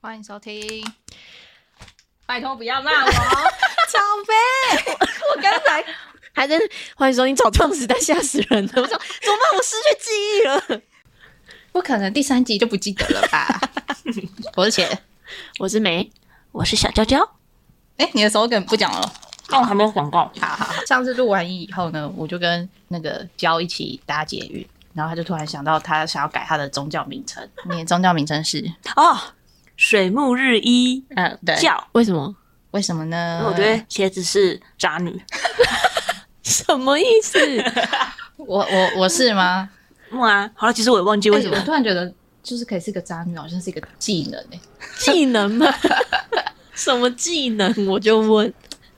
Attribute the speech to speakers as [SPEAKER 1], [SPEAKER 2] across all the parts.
[SPEAKER 1] 欢迎收听。拜托不要骂我，
[SPEAKER 2] 超飞，
[SPEAKER 1] 我刚才
[SPEAKER 2] 还在欢迎收听《草创时代》，吓死人了！ 我说怎么办？我失去记忆了。
[SPEAKER 1] 不可能第三集就不记得了吧？我是钱。
[SPEAKER 2] 我是梅，我是小娇娇。
[SPEAKER 1] 哎，你的手梗不讲了。
[SPEAKER 3] 但我还没有广告。
[SPEAKER 1] 好好好，上次录完音以后呢，我就跟那个娇一起搭捷运，然后他就突然想到他想要改他的宗教名称。你的宗教名称是？
[SPEAKER 3] 哦，水木日一
[SPEAKER 1] 嗯，对
[SPEAKER 3] 教，哦
[SPEAKER 2] 为什么？
[SPEAKER 1] 为什么呢
[SPEAKER 3] 因？为我觉得茄子是渣女。
[SPEAKER 2] 什么意思？
[SPEAKER 1] 我我我是吗？
[SPEAKER 3] 木啊，好了，其实我也忘记为什么
[SPEAKER 1] 哎我。突然觉得，就是可以是个渣女，好像是一个技能哎、
[SPEAKER 2] 技能吗？ 什么技能？我就问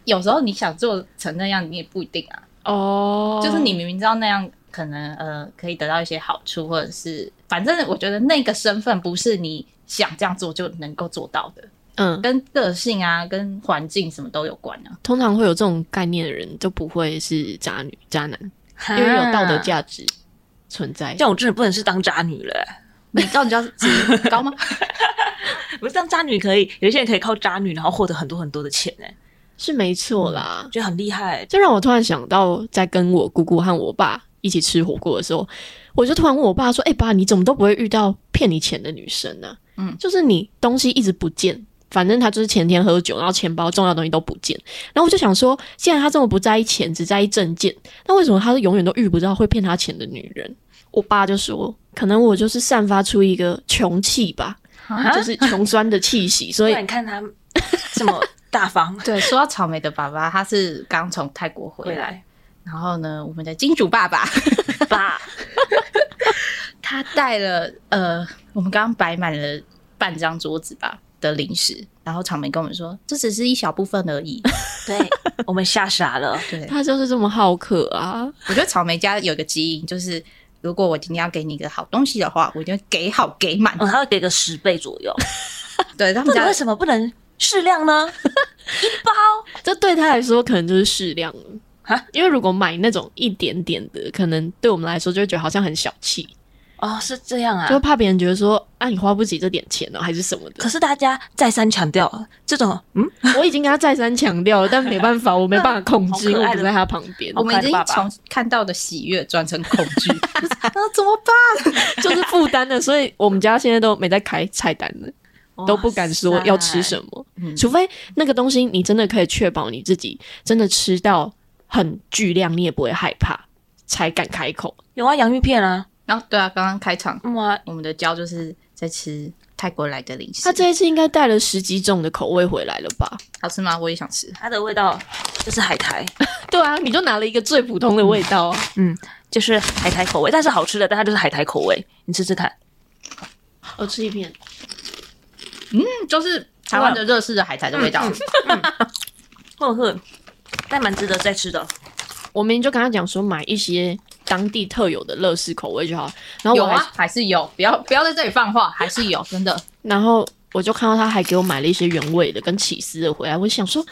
[SPEAKER 1] 有时候你想做成那样，你也不一定啊。
[SPEAKER 2] 哦
[SPEAKER 1] 就是你明明知道那样可能呃可以得到一些好处，或者是反正我觉得那个身份不是你想这样做就能够做到的，
[SPEAKER 2] 嗯，
[SPEAKER 1] 跟个性啊、跟环境什么都有关啊。
[SPEAKER 2] 通常会有这种概念的人，就不会是渣女、渣男，因为有道德
[SPEAKER 3] 啊，
[SPEAKER 2] 价值存在
[SPEAKER 3] 这。样我真的不能是当渣女了。
[SPEAKER 1] 你到底要值高吗？
[SPEAKER 3] 不是当渣女可以，有一些人可以靠渣女，然后获得很多很多的钱呢，
[SPEAKER 2] 是没错啦，
[SPEAKER 3] 觉得很厉害。
[SPEAKER 2] 这让我突然想到，在跟我姑姑和我爸一起吃火锅的时候，我就突然问我爸说：“哎、爸，你怎么都不会遇到骗你钱的女生呢、
[SPEAKER 1] 嗯
[SPEAKER 2] 就是你东西一直不见，反正他就是前天喝酒，然后钱包重要的东西都不见。然后我就想说，既然他这么不在意钱，只在意证件，那为什么他永远都遇不到会骗他钱的女人？”我爸就说：“可能我就是散发出一个穷气吧，
[SPEAKER 1] 啊
[SPEAKER 2] 就是穷酸的气息，所
[SPEAKER 3] 不
[SPEAKER 2] 以
[SPEAKER 3] 然你看他这么大方
[SPEAKER 1] 对，说到草莓的爸爸，他是刚从泰国回
[SPEAKER 3] 回
[SPEAKER 1] 来，
[SPEAKER 3] 来，
[SPEAKER 1] 然后呢，我们的金主爸爸
[SPEAKER 3] 爸，
[SPEAKER 1] 他带了呃，我们刚刚摆满了半张桌子吧的零食，然后草莓跟我们说，这只是一小部分而已。
[SPEAKER 3] 对我们吓傻了。
[SPEAKER 1] 对，
[SPEAKER 2] 他就是这么好客啊。”
[SPEAKER 1] 我觉得草莓家有一个基因，就是如果我今天要给你一个好东西的话，我一定会给好给满。
[SPEAKER 3] 嗯，他会给个十倍左 右。
[SPEAKER 1] 对他
[SPEAKER 3] 不
[SPEAKER 1] 们
[SPEAKER 3] 然
[SPEAKER 1] 家
[SPEAKER 3] 为，什么不能适量呢？
[SPEAKER 2] 这对他来说可能就是适量了
[SPEAKER 3] 哈。
[SPEAKER 2] 因为如果买那种一点点的，可能对我们来说就会觉得好像很小气，
[SPEAKER 3] 哦，是这样啊
[SPEAKER 2] 就。怕别人觉得说啊你花不起这点钱哦，还是什么
[SPEAKER 3] 可
[SPEAKER 2] 的。
[SPEAKER 3] 是大家再三强调，这种嗯，
[SPEAKER 2] 我已经跟他再三强调了，但没办法，我没办法控制，因
[SPEAKER 3] 好可
[SPEAKER 2] 为
[SPEAKER 3] 爱
[SPEAKER 2] 我
[SPEAKER 3] 的
[SPEAKER 2] 不在他旁边，
[SPEAKER 1] 我
[SPEAKER 2] 我
[SPEAKER 1] 们已经
[SPEAKER 3] 好可爱的爸爸
[SPEAKER 1] 从看到的喜悦转成恐 惧，就是啊怎么办？
[SPEAKER 2] 就是负担了，所以我们家现在都没在开菜单了，
[SPEAKER 3] 哦
[SPEAKER 2] 都不敢说要吃
[SPEAKER 3] 么。
[SPEAKER 2] 什么，
[SPEAKER 1] 嗯
[SPEAKER 2] 除非那个东西你真的可以确保你自己真的吃到很巨量，你也不会害怕，才敢开口。
[SPEAKER 3] 有啊，洋芋片啊，
[SPEAKER 1] 然后对啊，刚刚开场
[SPEAKER 3] 嗯啊，
[SPEAKER 1] 我们的胶就是在吃泰国来的零食，
[SPEAKER 2] 他这一次应该带了十几种的口味回来了吧？
[SPEAKER 1] 好吃吗？我也想吃。
[SPEAKER 3] 它的味道就是海苔，
[SPEAKER 2] 对啊，你就拿了一个最普通的味道 啊，
[SPEAKER 3] 就是海苔口味，但是好吃的，但它就是海苔口味，你吃吃看。
[SPEAKER 2] 我哦吃一片，
[SPEAKER 1] 嗯，就是台湾的热式的海苔的味道。
[SPEAKER 3] 呵
[SPEAKER 2] 哦
[SPEAKER 3] 呵，但蛮值得再吃的。哦
[SPEAKER 2] 我明明就跟他讲说买一些当地特有的乐事口味就好，然后
[SPEAKER 1] 有
[SPEAKER 2] 我还，
[SPEAKER 1] 啊，还是有，不要不要在这里放话，还是有，真的。
[SPEAKER 2] 然后我就看到他还给我买了一些原味的跟起司的回来，我想说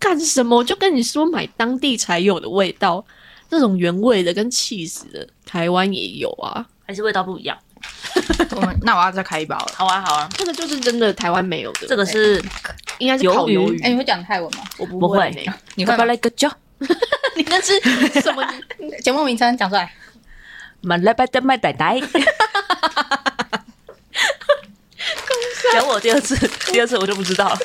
[SPEAKER 2] 干什么？我就跟你说买当地才有的味道，那种原味的跟起司的，台湾也有啊，
[SPEAKER 3] 还是味道不一样，
[SPEAKER 1] 我们那我要再开一包了。
[SPEAKER 3] 好啊好啊，
[SPEAKER 2] 这个就是真的台湾没有的，
[SPEAKER 3] 这个是
[SPEAKER 2] 应该是烤鱿
[SPEAKER 3] 鱿
[SPEAKER 2] 鱼
[SPEAKER 3] 鱼，
[SPEAKER 1] 哎、你会讲泰文吗？
[SPEAKER 2] 我不
[SPEAKER 3] 不会
[SPEAKER 2] 呢，
[SPEAKER 1] 你
[SPEAKER 3] 巴
[SPEAKER 1] 会
[SPEAKER 3] 巴
[SPEAKER 1] 吗？
[SPEAKER 3] 来个叫
[SPEAKER 2] 你那是什么？
[SPEAKER 1] 节目名称讲出来。
[SPEAKER 3] 马来巴的麦奶 奶。讲我第二次，第二次我就不知道了。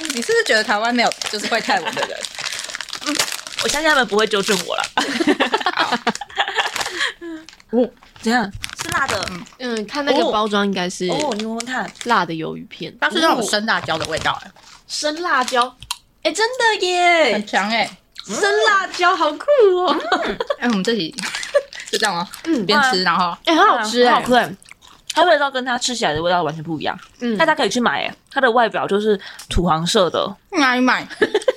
[SPEAKER 1] 你是不是觉得台湾没有就是会泰文的人？
[SPEAKER 3] 我相信他们不会纠正我了。
[SPEAKER 2] 哦，
[SPEAKER 3] 怎样？是辣的
[SPEAKER 2] 嗯，看那个
[SPEAKER 3] 哦
[SPEAKER 2] 包装应该是
[SPEAKER 3] 哦，你闻闻看，
[SPEAKER 2] 辣的鱿鱼片，
[SPEAKER 1] 它是那种生辣椒的味道、哎，
[SPEAKER 2] 生辣椒，哎、真的耶
[SPEAKER 1] 很！强哎、
[SPEAKER 2] 生辣椒好酷哦，
[SPEAKER 1] 哎、我们这 里就这样哦，
[SPEAKER 2] 嗯，
[SPEAKER 1] 边吃然后
[SPEAKER 2] 哎、很好吃哎、
[SPEAKER 3] 啊很好
[SPEAKER 2] 吃哎，
[SPEAKER 3] 它味道跟它吃起来的味道完全不一样。
[SPEAKER 2] 嗯
[SPEAKER 3] 大家可以去买、欸，它的外表就是土黄色的。
[SPEAKER 1] 哪里买？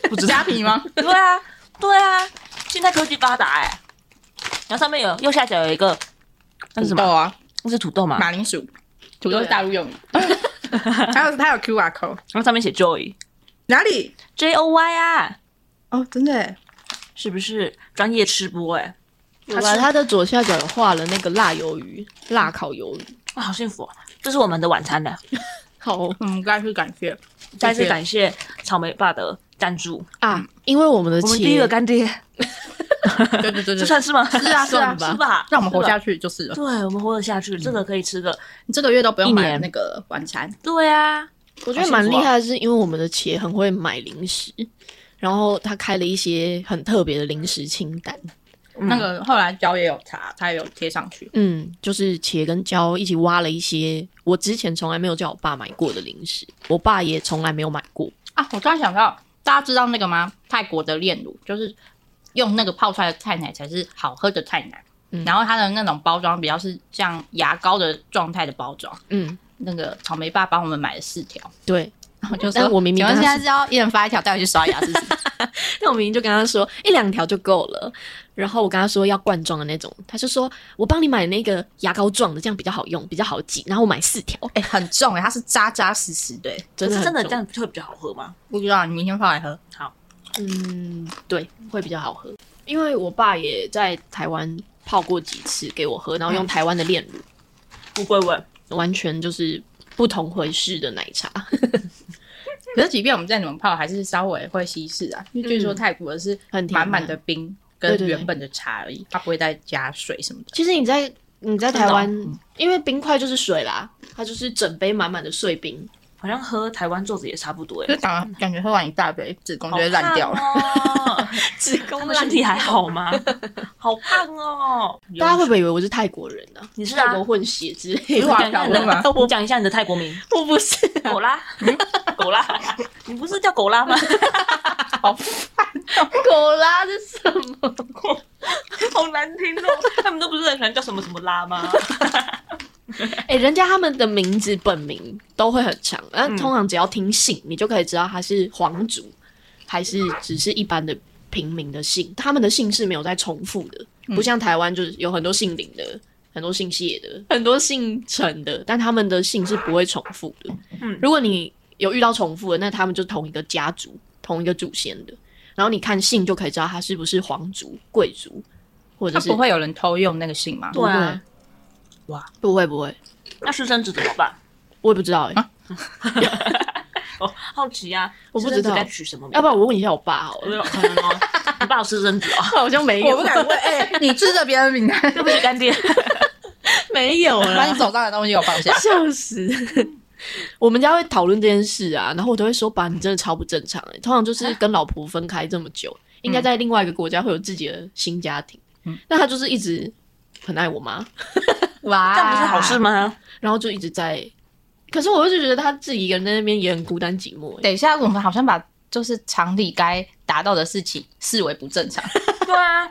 [SPEAKER 1] 不知虾皮 吗？
[SPEAKER 3] 对啊，对啊，现在科技发达哎、然后上面有右下角有一个，那是什
[SPEAKER 1] 土豆
[SPEAKER 3] 么？
[SPEAKER 1] 啊，
[SPEAKER 3] 那是土豆嘛？
[SPEAKER 1] 马铃薯，土豆是大陆用语。 还有它有 QR code，
[SPEAKER 3] 然后上面写 Joy
[SPEAKER 1] 哪里？
[SPEAKER 3] J O Y 啊，
[SPEAKER 1] 哦，真的、哎
[SPEAKER 3] 是不是专业吃播哎、
[SPEAKER 2] 有了，它的左下角有画了那个辣鱿鱼，辣烤鱿鱼，
[SPEAKER 3] 哇，好幸福、哦！这是我们的晚餐呢、
[SPEAKER 2] 好哦
[SPEAKER 1] 嗯，再次感谢，
[SPEAKER 3] 再次感谢草莓爸的赞助，
[SPEAKER 2] 啊，因为我们的
[SPEAKER 3] 我们
[SPEAKER 2] 企
[SPEAKER 3] 第一
[SPEAKER 2] 业
[SPEAKER 3] 个干爹，
[SPEAKER 1] 谢，嗯对对对对，
[SPEAKER 3] 这 算呃是吗？是
[SPEAKER 1] 是啊是啊
[SPEAKER 2] 算，吧
[SPEAKER 3] 吧？
[SPEAKER 1] 让我们活
[SPEAKER 3] 是吧
[SPEAKER 1] 下去就是了。
[SPEAKER 3] 对，我们活得下去，这个可以吃个。
[SPEAKER 1] 你这个月都不用
[SPEAKER 2] 一
[SPEAKER 1] 买
[SPEAKER 2] 年
[SPEAKER 1] 那个晚餐，
[SPEAKER 3] 对啊，
[SPEAKER 2] 我觉得蛮厉害的，是因为我们的企业很会买零食，然后他开了一些很特别的零食清单。
[SPEAKER 3] 嗯
[SPEAKER 1] 那个后来椒也有查，它也有贴上去。
[SPEAKER 2] 嗯，就是茄跟椒一起挖了一些我之前从来没有叫我爸买过的零食，我爸也从来没有买过。
[SPEAKER 1] 啊，我突然想到，大家知道那个吗？泰国的炼乳就是用那个泡出来的菜奶才是好喝的菜奶，
[SPEAKER 2] 嗯
[SPEAKER 1] 然后它的那种包装比较是像牙膏的状态的包装。
[SPEAKER 2] 嗯，
[SPEAKER 1] 那个草莓爸帮我们买了四条，
[SPEAKER 2] 对，
[SPEAKER 1] 然后就
[SPEAKER 2] 但
[SPEAKER 1] 说
[SPEAKER 2] 我明
[SPEAKER 1] 请
[SPEAKER 2] 明
[SPEAKER 1] 问
[SPEAKER 2] 跟
[SPEAKER 1] 现
[SPEAKER 2] 他
[SPEAKER 1] 在是要一人发一条带回去刷牙是不 是？
[SPEAKER 2] 那我明明就跟他说一两条就够了，然后我跟他说要罐装的那种，他就说我帮你买那个牙膏状的，这样比较好用，比较好挤。然后我买四条，
[SPEAKER 1] 哎、很重哎、它是扎扎实实的、欸，
[SPEAKER 2] 真
[SPEAKER 3] 可
[SPEAKER 2] 的
[SPEAKER 3] 是真
[SPEAKER 2] 很
[SPEAKER 3] 的这
[SPEAKER 2] 重
[SPEAKER 3] 样会比较好喝吗？
[SPEAKER 1] 不知道你明天泡来喝。
[SPEAKER 2] 嗯，对，会比较好喝。因为我爸也在台湾泡过几次给我喝，然后用台湾的炼乳，
[SPEAKER 3] 不会问，
[SPEAKER 2] 完全就是不同回事的奶茶。
[SPEAKER 1] 可是即便我们再怎么泡，还是稍微会稀释啊，因为据说泰国的是
[SPEAKER 2] 嗯很甜
[SPEAKER 1] 满满
[SPEAKER 2] 嘛
[SPEAKER 1] 的冰
[SPEAKER 2] 对
[SPEAKER 1] 跟
[SPEAKER 2] 对对
[SPEAKER 1] 原本的茶而已，它不会再加水什么的。
[SPEAKER 2] 其实你在你在台湾
[SPEAKER 3] 真，
[SPEAKER 2] 因为冰块就是水啦，它就是整杯满满的碎冰。
[SPEAKER 3] 好像喝台湾粽子也差不多
[SPEAKER 1] 就
[SPEAKER 3] 哎，
[SPEAKER 1] 感感觉喝完一大杯，子宫就会烂掉了。
[SPEAKER 3] 了。
[SPEAKER 2] 子
[SPEAKER 3] 哦他
[SPEAKER 2] 宫
[SPEAKER 3] 们身体还好吗？好胖哦！
[SPEAKER 2] 大家会不会以为我是泰国人呢、
[SPEAKER 3] 你是啊
[SPEAKER 2] 泰国混血之类
[SPEAKER 1] 不
[SPEAKER 2] 的
[SPEAKER 1] 是？
[SPEAKER 3] 讲一下你
[SPEAKER 1] 搞不
[SPEAKER 3] 的，
[SPEAKER 1] 懂
[SPEAKER 3] 我讲一下你的泰国名，
[SPEAKER 2] 我不是啊、
[SPEAKER 3] 狗拉，狗拉，你不是叫狗拉吗？
[SPEAKER 1] 哦
[SPEAKER 2] 狗啦，这是什么？
[SPEAKER 3] 好难听哦，他们都不是很喜欢叫什么什么拉吗？
[SPEAKER 2] 哎、人家他们的名字本名都会很长，但
[SPEAKER 3] 嗯
[SPEAKER 2] 通常只要听姓，你就可以知道他是皇族，还是只是一般的平民的姓。他们的姓氏没有在重复的，
[SPEAKER 3] 嗯
[SPEAKER 2] 不像台湾就是有很多姓林的。很多姓谢的，很多姓陈的，但他们的姓是不会重复的。
[SPEAKER 3] 嗯
[SPEAKER 2] 如果你有遇到重复的，那他们就同一个家族、同一个祖先的。然后你看姓就可以知道他是不是皇族、贵族，或者
[SPEAKER 1] 他
[SPEAKER 2] 是
[SPEAKER 1] 不会有人偷用那个姓吗？
[SPEAKER 3] 对啊，
[SPEAKER 2] 不会不会，
[SPEAKER 3] 那私生子怎么办？
[SPEAKER 2] 我也不知道哎、
[SPEAKER 3] 我好奇啊，
[SPEAKER 2] 我不知道
[SPEAKER 3] 私生子该取什么名？
[SPEAKER 2] 要不然我问一下我爸好了
[SPEAKER 3] 我。没有可能哦，你爸有私生子哦，
[SPEAKER 2] 好像没
[SPEAKER 1] 我不敢问，哎、 你吃着别人的名单，
[SPEAKER 3] 对不起干爹，
[SPEAKER 2] 啊没有
[SPEAKER 1] 把
[SPEAKER 2] 啦。
[SPEAKER 1] 你，手上的东西有放下
[SPEAKER 2] 笑死！我们家会讨论这件事啊，然后我都会说：“爸，你真的超不正常、欸。”通常就是跟老婆分开这么久，应该在另外一个国家会有自己的新家庭。
[SPEAKER 1] 嗯
[SPEAKER 2] 那他就是一直很爱我妈，
[SPEAKER 1] 哇
[SPEAKER 3] 这样不是好事？吗？
[SPEAKER 2] 然后就一直在。可是我就觉得他自己一个人在那边也很孤单寂寞、欸。
[SPEAKER 1] 等一下，我们好像把就是常理该达到的事情视为不正常。
[SPEAKER 3] 对啊，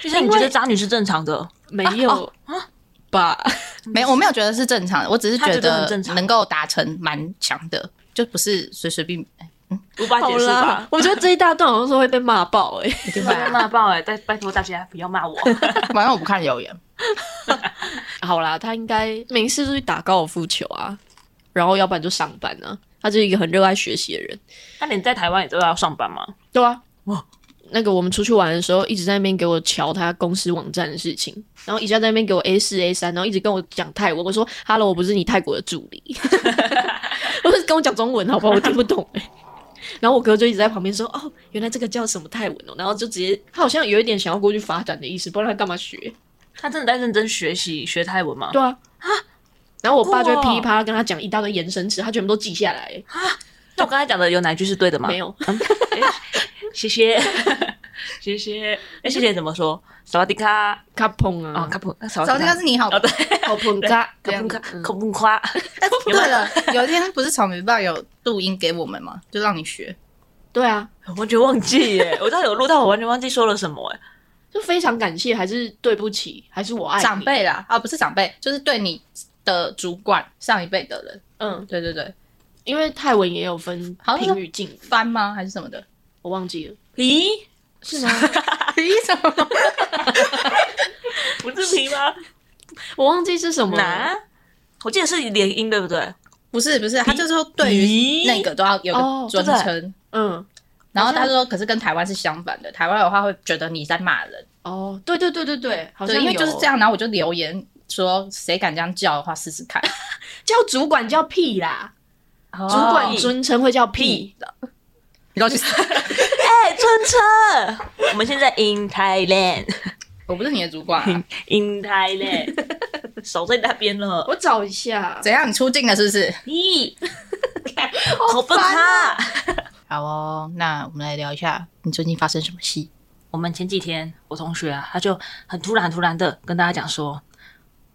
[SPEAKER 3] 就像你觉得渣女是正常的，
[SPEAKER 2] 没有爸，
[SPEAKER 1] 没有，我没有觉得是正常的，我只是
[SPEAKER 3] 他觉得很
[SPEAKER 1] 得
[SPEAKER 3] 正常
[SPEAKER 1] 能够达成蛮强的，就不是随随便
[SPEAKER 3] 无法
[SPEAKER 2] 好
[SPEAKER 3] 解释
[SPEAKER 2] 啦
[SPEAKER 3] 吧，？
[SPEAKER 2] 我觉得这一大段好像是会被骂爆哎、欸。
[SPEAKER 1] 对
[SPEAKER 3] 我被
[SPEAKER 1] 吧？
[SPEAKER 3] 骂爆哎，拜拜托大家不要 骂我。
[SPEAKER 1] 反正我不看留言。
[SPEAKER 2] 好啦，他应该没事就去打高尔夫球啊，然后要不然就上班啊。他就是一个很热爱学习的人。
[SPEAKER 3] 那你在台湾也都要上班吗？
[SPEAKER 2] 对啊，
[SPEAKER 3] 哇
[SPEAKER 2] 那个我们出去玩的时候，一直在那边给我瞧他公司网站的事情，然后一下在那边给我 A 四 A 三，然后一直跟我讲泰文。我说：“Hello，我不是你泰国的助理。” 我是跟我讲中文，好不好？我听不懂、 欸。然后我哥就一直在旁边说：“哦，原来这个叫什么泰文哦。”然后就直接，他好像有一点想要过去发展的意思，不然他干嘛学？
[SPEAKER 3] 他真的在认真学习学泰文吗？
[SPEAKER 2] 对啊，然后我爸就会
[SPEAKER 3] 好酷哦
[SPEAKER 2] 噼里啪啦跟他讲一大堆延伸词，他全部都记下来、欸
[SPEAKER 3] 那我刚才讲的有哪一句是对的吗？
[SPEAKER 2] 没，有，
[SPEAKER 3] 谢谢， 谢谢。哎，谢谢怎么说？萨瓦迪卡
[SPEAKER 2] 卡碰
[SPEAKER 3] 啊，
[SPEAKER 2] 啊，
[SPEAKER 3] 卡普，萨
[SPEAKER 1] 早知道
[SPEAKER 3] 卡
[SPEAKER 1] 是你好吧。
[SPEAKER 3] 哦，对，
[SPEAKER 2] 卡碰 卡，
[SPEAKER 3] 卡普
[SPEAKER 2] 卡
[SPEAKER 3] 卡，
[SPEAKER 2] 嗯
[SPEAKER 3] 卡普夸。 有吗
[SPEAKER 1] 对了，有一天不是草莓爸有录音给我们吗？就让你学。
[SPEAKER 2] 对啊，
[SPEAKER 3] 我完全忘记耶，我知道有录，但我完全忘记说了什么哎。
[SPEAKER 2] 就非常感谢，还是对不起，还是我爱你
[SPEAKER 1] 长，辈啦，啊，不是长辈，就是对你的主管上一辈的人。
[SPEAKER 2] 嗯，
[SPEAKER 1] 对对对，
[SPEAKER 2] 因为泰文也有分
[SPEAKER 1] 好像
[SPEAKER 2] 平语敬语，
[SPEAKER 1] 翻吗？还是什么的？
[SPEAKER 2] 我忘记了，
[SPEAKER 3] 咦，
[SPEAKER 2] 是吗？
[SPEAKER 1] 咦？什么？
[SPEAKER 3] 不是皮吗？
[SPEAKER 2] 我忘记是什么了。
[SPEAKER 3] 哪？我记得是连音对不对？
[SPEAKER 1] 不是不是，他就说对于
[SPEAKER 3] 咦
[SPEAKER 1] 那个都要有
[SPEAKER 2] 哦
[SPEAKER 1] 个尊
[SPEAKER 3] 对不
[SPEAKER 1] 称。
[SPEAKER 2] 嗯，
[SPEAKER 1] 然后他说，可是跟台湾是相反的，台湾的话会觉得你在骂人，
[SPEAKER 2] 哦，对对对对对，好像
[SPEAKER 1] 对，因为
[SPEAKER 2] 有
[SPEAKER 1] 就是这，样。然后我就留言说，谁敢这样叫的话试试看。
[SPEAKER 2] 叫主管叫屁啦，
[SPEAKER 1] 哦
[SPEAKER 2] 主管尊称会叫哦屁
[SPEAKER 3] 屁，
[SPEAKER 1] 然后就是
[SPEAKER 3] 哎，春车，我们现在 in Thailand，in
[SPEAKER 1] 我不是你的主管、 啊，
[SPEAKER 3] Thailand，手在那边了。
[SPEAKER 2] 我找一下。
[SPEAKER 1] 怎样？你出镜了是不是？
[SPEAKER 3] 咦， 好笨啊！
[SPEAKER 1] 好哦，那我们来聊一下你最近发生什么事？
[SPEAKER 3] 我们前几天我同学啊，他就很突然很突然的跟大家讲说，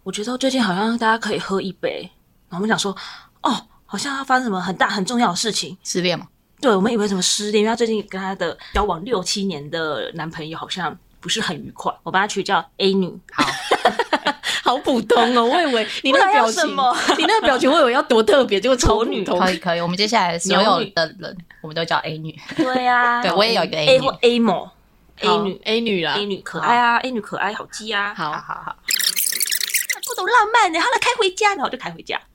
[SPEAKER 3] 我觉得最近好像大家可以喝一杯。然后我们想说，哦，好像要发生什么很大很重要的事情。
[SPEAKER 1] 失恋吗？
[SPEAKER 3] 对，我们以为什么失恋，因为她最近跟她的交往六七年的男朋友好像不是很愉快，我把她取叫 A 女。
[SPEAKER 1] 好，
[SPEAKER 2] 好普通哦， 我以为你那个表情
[SPEAKER 3] 不然要什，
[SPEAKER 2] 你那个表情，我以为要多特别，结果
[SPEAKER 3] 丑
[SPEAKER 2] 超
[SPEAKER 3] 女
[SPEAKER 2] 普通
[SPEAKER 1] 可以可以，我们接下来所有的人，我们都叫 A 女。
[SPEAKER 3] 对呀、
[SPEAKER 1] 对我也有一个 A
[SPEAKER 3] A
[SPEAKER 1] 女
[SPEAKER 3] 或 A 某 A
[SPEAKER 2] 好
[SPEAKER 3] 女
[SPEAKER 2] A 女啦
[SPEAKER 3] A，女可爱啊，A 女可爱，好基啊，
[SPEAKER 1] 好
[SPEAKER 2] 好，
[SPEAKER 1] 好好，
[SPEAKER 3] 不懂浪漫的，好了，开回家，然后我就开回家。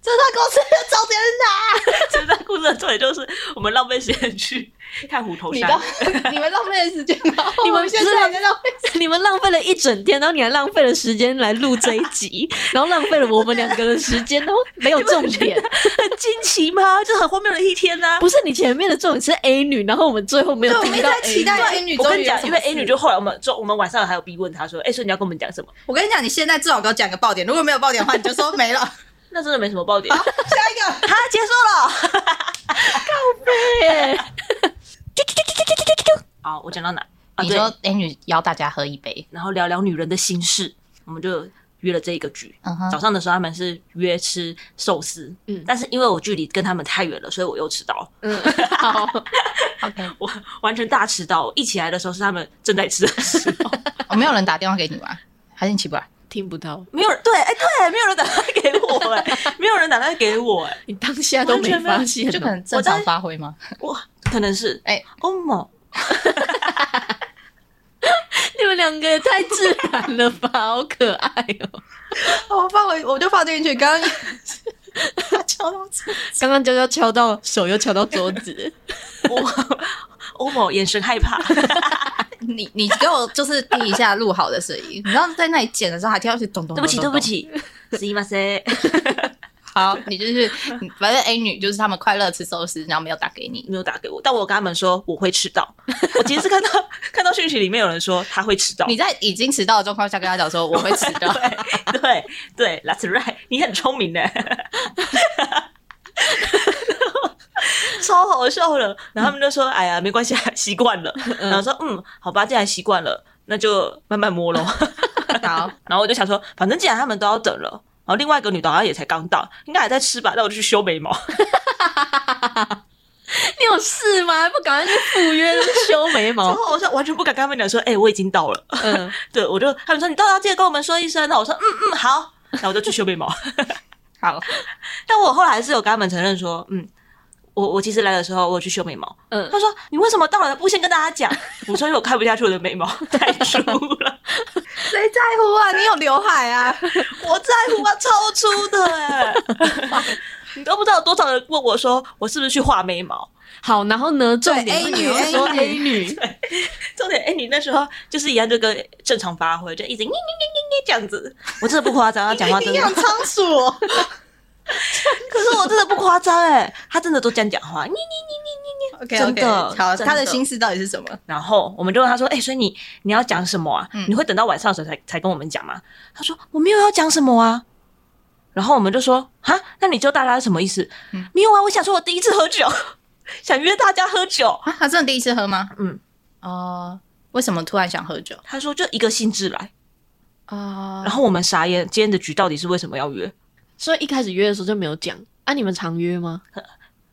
[SPEAKER 1] 这段公司的重点
[SPEAKER 3] 这段故事的重点就是我们浪费时间去看虎头山，
[SPEAKER 1] 是 哪？你们浪费了时间，哦然后
[SPEAKER 2] 你们
[SPEAKER 1] 我现在还在浪费。
[SPEAKER 2] 你们浪费了一整天，然后你还浪费了时间来录这一 集，然后浪费了我们两个的时间，然后没有重点。
[SPEAKER 3] 很惊奇吗？ 这很荒谬的一天啊呢、
[SPEAKER 2] 不是你前面的重点是 A 女，然后我们最后没有听到 A 女。
[SPEAKER 1] 待 A 女
[SPEAKER 3] 我跟你讲，因为 A
[SPEAKER 1] 女
[SPEAKER 3] 女就后来我们就我们晚上还有逼问她说，哎、所以你要跟我们讲什么？
[SPEAKER 1] 我跟你讲，你现在至少给我讲个爆点，如果没有爆点的话，你就说 没了。
[SPEAKER 3] 那真的没什么爆点。
[SPEAKER 1] 下一个，
[SPEAKER 3] 他哦结束 了。
[SPEAKER 2] 对
[SPEAKER 3] 好，我讲到哪？啊，
[SPEAKER 1] 你
[SPEAKER 3] 对，
[SPEAKER 1] 说 A 女邀大家喝一杯，
[SPEAKER 3] 然后聊聊女人的心事，我们就约了这一个局。
[SPEAKER 1] 嗯哼
[SPEAKER 3] 早上的时候他们是约吃寿司，
[SPEAKER 2] 嗯
[SPEAKER 3] 但是因为我距离跟他们太远了，所以我又迟到，
[SPEAKER 2] 嗯，好，
[SPEAKER 1] ，OK，
[SPEAKER 3] 我 完全大迟到。一起来的时候是他们正在吃的时候，
[SPEAKER 1] 我哦没有人打电话给你吗？还是你起不来？
[SPEAKER 2] 听不到，
[SPEAKER 3] 没有人对，哎、对，没有人打电话给我、哎，没有人打电话给我、哎，
[SPEAKER 2] 你当下都没
[SPEAKER 1] 啊
[SPEAKER 2] 发现哦，
[SPEAKER 1] 就可能正常发挥吗？
[SPEAKER 3] 哇，可能是
[SPEAKER 1] 哎
[SPEAKER 3] 欧某，
[SPEAKER 2] 你们两个也太自然了吧， 好可爱哦。
[SPEAKER 1] 我放回，我就放进去。刚刚他敲到车，
[SPEAKER 2] 刚刚娇娇敲到手，又敲到桌子，
[SPEAKER 3] 我欧某眼神害怕，
[SPEAKER 1] 你你给我就是听一下录好的声音，你知道在那里剪的时候还听到是咚咚。
[SPEAKER 3] 对不起，对不
[SPEAKER 1] 起。
[SPEAKER 3] 起， 是一吗？塞，
[SPEAKER 1] 好，你就是反正 A 女就是他们快乐吃寿司，然后没有打给你。
[SPEAKER 3] 没有打给我，但我有跟他们说我会迟到。我其实是看到看到讯息里面有人说他会迟到，
[SPEAKER 1] 你在已经迟到的状况下跟他讲说我会迟到，
[SPEAKER 3] 对对对，That's right，你很聪明的，超好笑的。然后他们就说：“哎呀，没关系，习惯了。”然后说：“嗯，好吧，既然习惯了，那就慢慢摸咯。
[SPEAKER 1] 好，
[SPEAKER 3] 然后我就想说，反正既然他们都要等了，然后另外一个女导演也才刚到，应该还在吃吧，那我就去修眉毛。
[SPEAKER 2] 你有事吗？还不赶快去赴约修眉
[SPEAKER 3] 然
[SPEAKER 1] 哦
[SPEAKER 2] 毛？
[SPEAKER 3] 后我就完全不敢跟他们讲说：“哎、我已经到了。
[SPEAKER 2] 嗯，”
[SPEAKER 3] 对，我就他们说：“你到了要记得跟我们说一声。”然后我说：“嗯嗯，好。”然后我就去修眉毛。
[SPEAKER 1] 好，
[SPEAKER 3] 但我后来还是有跟他们承认说：“嗯，我我其实来的时候我有去修眉毛。”
[SPEAKER 2] 嗯
[SPEAKER 3] 他说：“你为什么到了不先跟大家讲？”我说：“因为我看不下去我的眉毛太粗了，
[SPEAKER 1] 谁在乎啊？你有刘海 啊？
[SPEAKER 3] 我在乎啊，超粗的、欸。你都不知道有多少人问我说我是不是去画眉毛。
[SPEAKER 2] 好，然后呢？重点
[SPEAKER 1] A
[SPEAKER 2] 是
[SPEAKER 1] 女
[SPEAKER 2] 你要说
[SPEAKER 1] A
[SPEAKER 2] A 女，
[SPEAKER 3] 重点，哎、你那时候就是一样，就跟正常发挥，就一直嘤嘤嘤嘤嘤这样子。我真的不夸张，他讲话真
[SPEAKER 1] 你
[SPEAKER 3] 的
[SPEAKER 1] 养，仓鼠哦？
[SPEAKER 3] 可是我真的不夸张哎，他真的都这样讲话。嘤嘤嘤
[SPEAKER 1] OK，
[SPEAKER 3] 真的
[SPEAKER 1] 好，
[SPEAKER 3] 真的
[SPEAKER 1] 他的心思到底是什么？
[SPEAKER 3] 然后我们就问他说：“哎、所以你你要讲什么啊？
[SPEAKER 1] 嗯
[SPEAKER 3] 你会等到晚上的时候才才跟我们讲吗？”他说：“我没有要讲什么啊。”然后我们就说：“哈，那你教大家是什么意思？”
[SPEAKER 1] 嗯
[SPEAKER 3] 没有啊，我想说我第一次喝酒， 想约大家喝酒。
[SPEAKER 1] 啊，他真的第一次喝吗？
[SPEAKER 3] 嗯，
[SPEAKER 1] 哦，为什么突然想喝酒？
[SPEAKER 3] 他说就一个兴致来，
[SPEAKER 1] 啊
[SPEAKER 3] 然后我们傻眼，今天的局到底是为什么要约？
[SPEAKER 2] 所以一开始约的时候就没有讲啊。你们常约吗？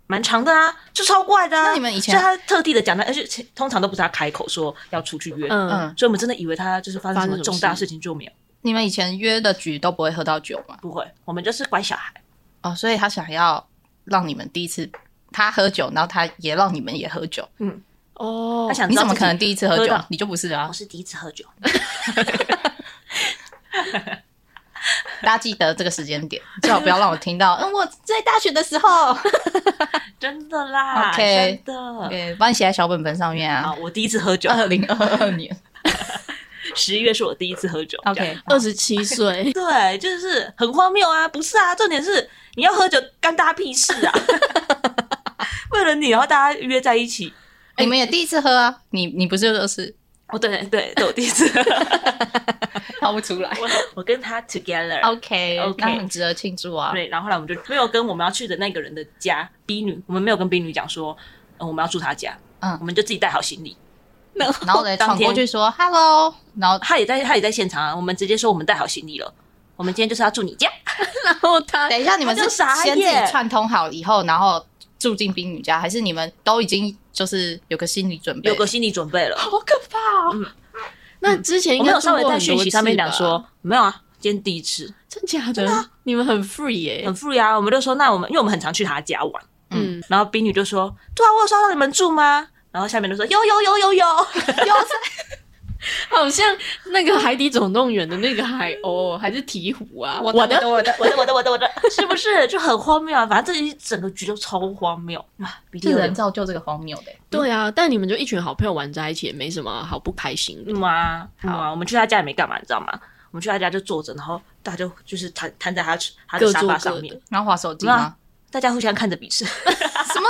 [SPEAKER 3] 蛮长的啊，就超怪的、啊。
[SPEAKER 1] 那你们以前
[SPEAKER 3] 所以他特地的讲的，而且通常都不是他开口说要出去约，
[SPEAKER 2] 嗯，
[SPEAKER 1] 嗯，
[SPEAKER 3] 所以我们真的以为他就是发生什
[SPEAKER 2] 发
[SPEAKER 3] 么
[SPEAKER 2] 生什么
[SPEAKER 3] 重大事情就没有，
[SPEAKER 1] 你们以前约的局都不会喝到酒吗？
[SPEAKER 3] 不会，我们就是乖小孩。
[SPEAKER 1] 哦，所以他想要让你们第一次他喝酒，然后他也让你们也喝酒。
[SPEAKER 2] 哦
[SPEAKER 3] 他，想
[SPEAKER 1] 啊你
[SPEAKER 3] 知道
[SPEAKER 1] 怎么
[SPEAKER 3] 自己
[SPEAKER 1] 可能第一次喝
[SPEAKER 3] 喝
[SPEAKER 1] 酒
[SPEAKER 3] 到？
[SPEAKER 1] 你就不是
[SPEAKER 3] 我
[SPEAKER 1] 啊！
[SPEAKER 3] 是第一次喝酒，
[SPEAKER 1] 大家记得这个时间点，最好不要让我听到。嗯，我在大学的时 候，
[SPEAKER 3] 真的啦
[SPEAKER 1] OK
[SPEAKER 3] 真的。
[SPEAKER 1] 对，帮你写在小本本上面啊。
[SPEAKER 3] 啊，我第一次喝酒，
[SPEAKER 1] 二零二二年，
[SPEAKER 3] 十一月是我第一次喝酒。这样，
[SPEAKER 1] OK，
[SPEAKER 2] 哦二十七岁
[SPEAKER 3] 对，就是很荒谬啊！不是啊，重点是你要喝酒干大家屁事 啊！为了你，然后大家约在一起。
[SPEAKER 1] 你们也第一次喝啊？你你不是就是
[SPEAKER 3] 哦，对对，对我第 一次，
[SPEAKER 1] 掏不出来
[SPEAKER 3] 我 我跟他 together。
[SPEAKER 1] ？OK
[SPEAKER 3] OK
[SPEAKER 1] 那很值得庆祝啊！
[SPEAKER 3] 对，然后后来我们就没有跟我们要去的那个人的家 B 女，我们没有跟 B 女讲说，呃我们要住她家，
[SPEAKER 1] 嗯
[SPEAKER 3] 我们就自己带好行李。
[SPEAKER 1] 然后呢，
[SPEAKER 3] 当
[SPEAKER 1] 闯
[SPEAKER 3] 天
[SPEAKER 1] 过去说 “hello”，然后
[SPEAKER 3] 她也在，她也在现场啊，我们直接说我们带好行李了，我们今天就是要住你家。
[SPEAKER 2] 然后他
[SPEAKER 1] 等一下，你们
[SPEAKER 3] 他
[SPEAKER 1] 是
[SPEAKER 3] 就傻
[SPEAKER 1] 先自己
[SPEAKER 3] 眼
[SPEAKER 1] 串通好以后，然后住进冰女家，还是你们都已经就是有个心理准备？
[SPEAKER 3] 有个心理准备了。
[SPEAKER 2] 好可怕哦。那之前
[SPEAKER 3] 我
[SPEAKER 2] 应
[SPEAKER 3] 们
[SPEAKER 2] 该
[SPEAKER 3] 有稍微
[SPEAKER 2] 做过
[SPEAKER 3] 在
[SPEAKER 2] 很
[SPEAKER 3] 讯
[SPEAKER 2] 多
[SPEAKER 3] 息上面
[SPEAKER 2] 次吧
[SPEAKER 3] 讲说，没有啊，今天第一次，
[SPEAKER 2] 真假的，你们很 free 耶
[SPEAKER 3] 很。free 啊。我们就说，那我们因为我们很常去她家玩，
[SPEAKER 2] 嗯，
[SPEAKER 3] 然后冰女就说，对啊，我有说让你们住吗？然后下面就说有有有有有，
[SPEAKER 2] 好像那个《海底总动员》的那个海鸥还是鹈鹕啊，
[SPEAKER 1] 我
[SPEAKER 2] 我
[SPEAKER 1] 的我的
[SPEAKER 3] 我的我的我的我的，是不是就很荒谬啊？反正这一整个局都超荒谬啊！比利
[SPEAKER 1] 是
[SPEAKER 3] 有
[SPEAKER 1] 人
[SPEAKER 3] 点
[SPEAKER 1] 造就这个荒谬的欸、
[SPEAKER 2] 对啊，但你们就一群好朋友玩在一起，也没什么好不开心的。
[SPEAKER 3] 嗯啊，嗯啊，我们去他家也没干嘛，你知道吗？我们去他家就坐着，然后大家就就是瘫瘫在他他的
[SPEAKER 2] 各
[SPEAKER 3] 沙
[SPEAKER 2] 做
[SPEAKER 3] 发
[SPEAKER 2] 各
[SPEAKER 3] 上
[SPEAKER 2] 的
[SPEAKER 3] 面，
[SPEAKER 1] 然后划手机吗？
[SPEAKER 3] 大家互相看着彼此，
[SPEAKER 1] 什么？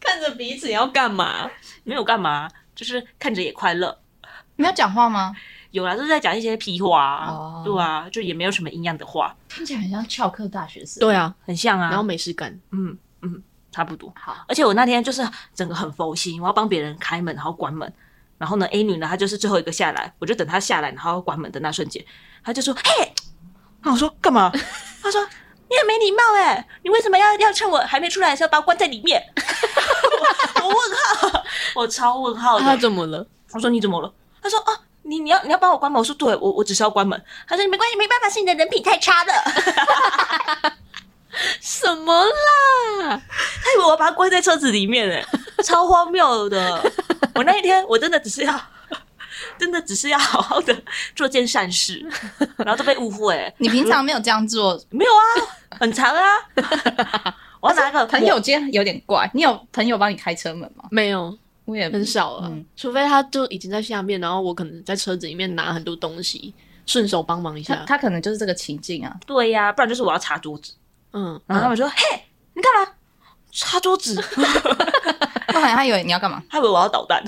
[SPEAKER 2] 看着彼此要干嘛？
[SPEAKER 3] 没有干嘛，就是看着也快乐。
[SPEAKER 1] 你们要讲话吗？
[SPEAKER 3] 有啦，就是在讲一些屁话啊，
[SPEAKER 1] 哦
[SPEAKER 3] 对啊，就也没有什么营养的话，
[SPEAKER 1] 听起来很像翘课大学生。
[SPEAKER 2] 对啊，
[SPEAKER 3] 很像
[SPEAKER 2] 然后
[SPEAKER 3] 啊，
[SPEAKER 2] 没事干，
[SPEAKER 3] 嗯嗯，差不多。
[SPEAKER 1] 好，
[SPEAKER 3] 而且我那天就是整个很佛心，我要帮别人开门，然后关门。然后呢，A 女呢，她就是最后一个下来，我就等她下来，然后关门的那瞬间，她就说：“嘿、那我说：“干嘛？”她说：“你很没礼貌哎、你为什么要要趁我还没出来的时候把我关在里面？” 我我问号，我超问号
[SPEAKER 2] 他
[SPEAKER 3] 的。
[SPEAKER 2] 啊怎么了？
[SPEAKER 3] 我说：“你怎么了？”她说：“哦，你你要你要帮我关门？”我说：“对，我我只是要关门。”她说：“没关系，没办法，是你的 人品太差了。”
[SPEAKER 2] 什么啦？
[SPEAKER 3] 他以为我把他关在车子里面哎、超荒谬的。我那一天我真的只是要，真的只是要好好的做件善事，然后都被误会、
[SPEAKER 1] 你平常没有这样做，
[SPEAKER 3] 没有啊，很长啊。我要拿个
[SPEAKER 1] 朋友间有点怪。你有朋友帮你开车门吗？
[SPEAKER 2] 没有，
[SPEAKER 1] 我也
[SPEAKER 2] 很少啊，
[SPEAKER 1] 嗯
[SPEAKER 2] 除非他就已经在下面，然后我可能在车子里面拿很多东西，顺手帮忙一
[SPEAKER 1] 他
[SPEAKER 2] 下。
[SPEAKER 1] 他可能就是这个情境啊。
[SPEAKER 3] 对呀、不然就是我要擦桌子。
[SPEAKER 2] 嗯，
[SPEAKER 3] 然后他们说：“嘿，你干嘛？”擦桌子，
[SPEAKER 1] 不然他以为你要干嘛，
[SPEAKER 3] 他以为我要捣蛋，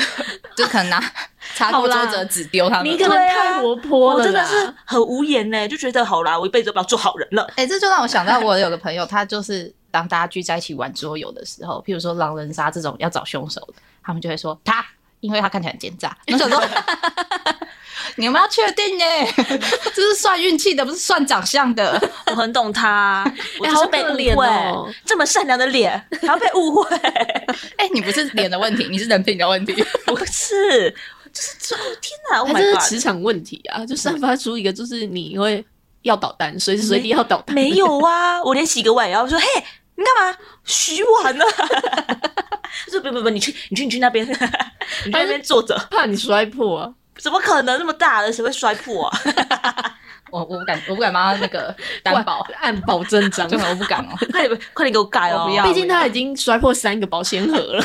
[SPEAKER 1] 就可能拿 擦过桌子的纸丢他们
[SPEAKER 2] 你。
[SPEAKER 3] 对
[SPEAKER 2] 可
[SPEAKER 3] 啊
[SPEAKER 2] 能太活泼了
[SPEAKER 3] 我
[SPEAKER 2] 啦，
[SPEAKER 3] 真的是很无言呢、就觉得好啦，我一辈子都不要做好人了。
[SPEAKER 1] 哎、这就让我想到我有个朋友，他就是当大家聚在一起玩桌游的时候，譬如说狼人杀这种要找凶手的，他们就会说他，因为他看起来很奸诈。我想 说，你们要确定呢、这是算运气的，不是算长相的。
[SPEAKER 3] 我很懂 他，啊我就
[SPEAKER 2] 哎好
[SPEAKER 3] 是
[SPEAKER 2] 可
[SPEAKER 3] 被
[SPEAKER 2] 怜
[SPEAKER 3] 误会，
[SPEAKER 2] 哦
[SPEAKER 3] 这么善良的脸，然后被误会。
[SPEAKER 1] 哎、你不是脸的问题，你是人品的问题。
[SPEAKER 3] 不是，就是说，哦天哪，Oh
[SPEAKER 2] 他这
[SPEAKER 3] my
[SPEAKER 2] 是
[SPEAKER 3] god！
[SPEAKER 2] 磁场问题啊，就散发出一个就是你会要捣蛋，随时随地要捣蛋。
[SPEAKER 3] 没有啊，我连洗个碗也要说，嘿，你干嘛？洗碗呢、 啊？他说不不不，你去你去你去那边，你去那边坐着，
[SPEAKER 2] 怕你摔破啊！
[SPEAKER 3] 怎么可能那么大的谁会摔破啊？
[SPEAKER 1] 我我不敢，我不敢帮他那 个担保，
[SPEAKER 2] 按保证 章，
[SPEAKER 1] 真的我不敢哦。
[SPEAKER 3] 快点快点给我盖哦！
[SPEAKER 1] 我不要
[SPEAKER 2] 毕竟他已经摔破三个保鲜 盒了，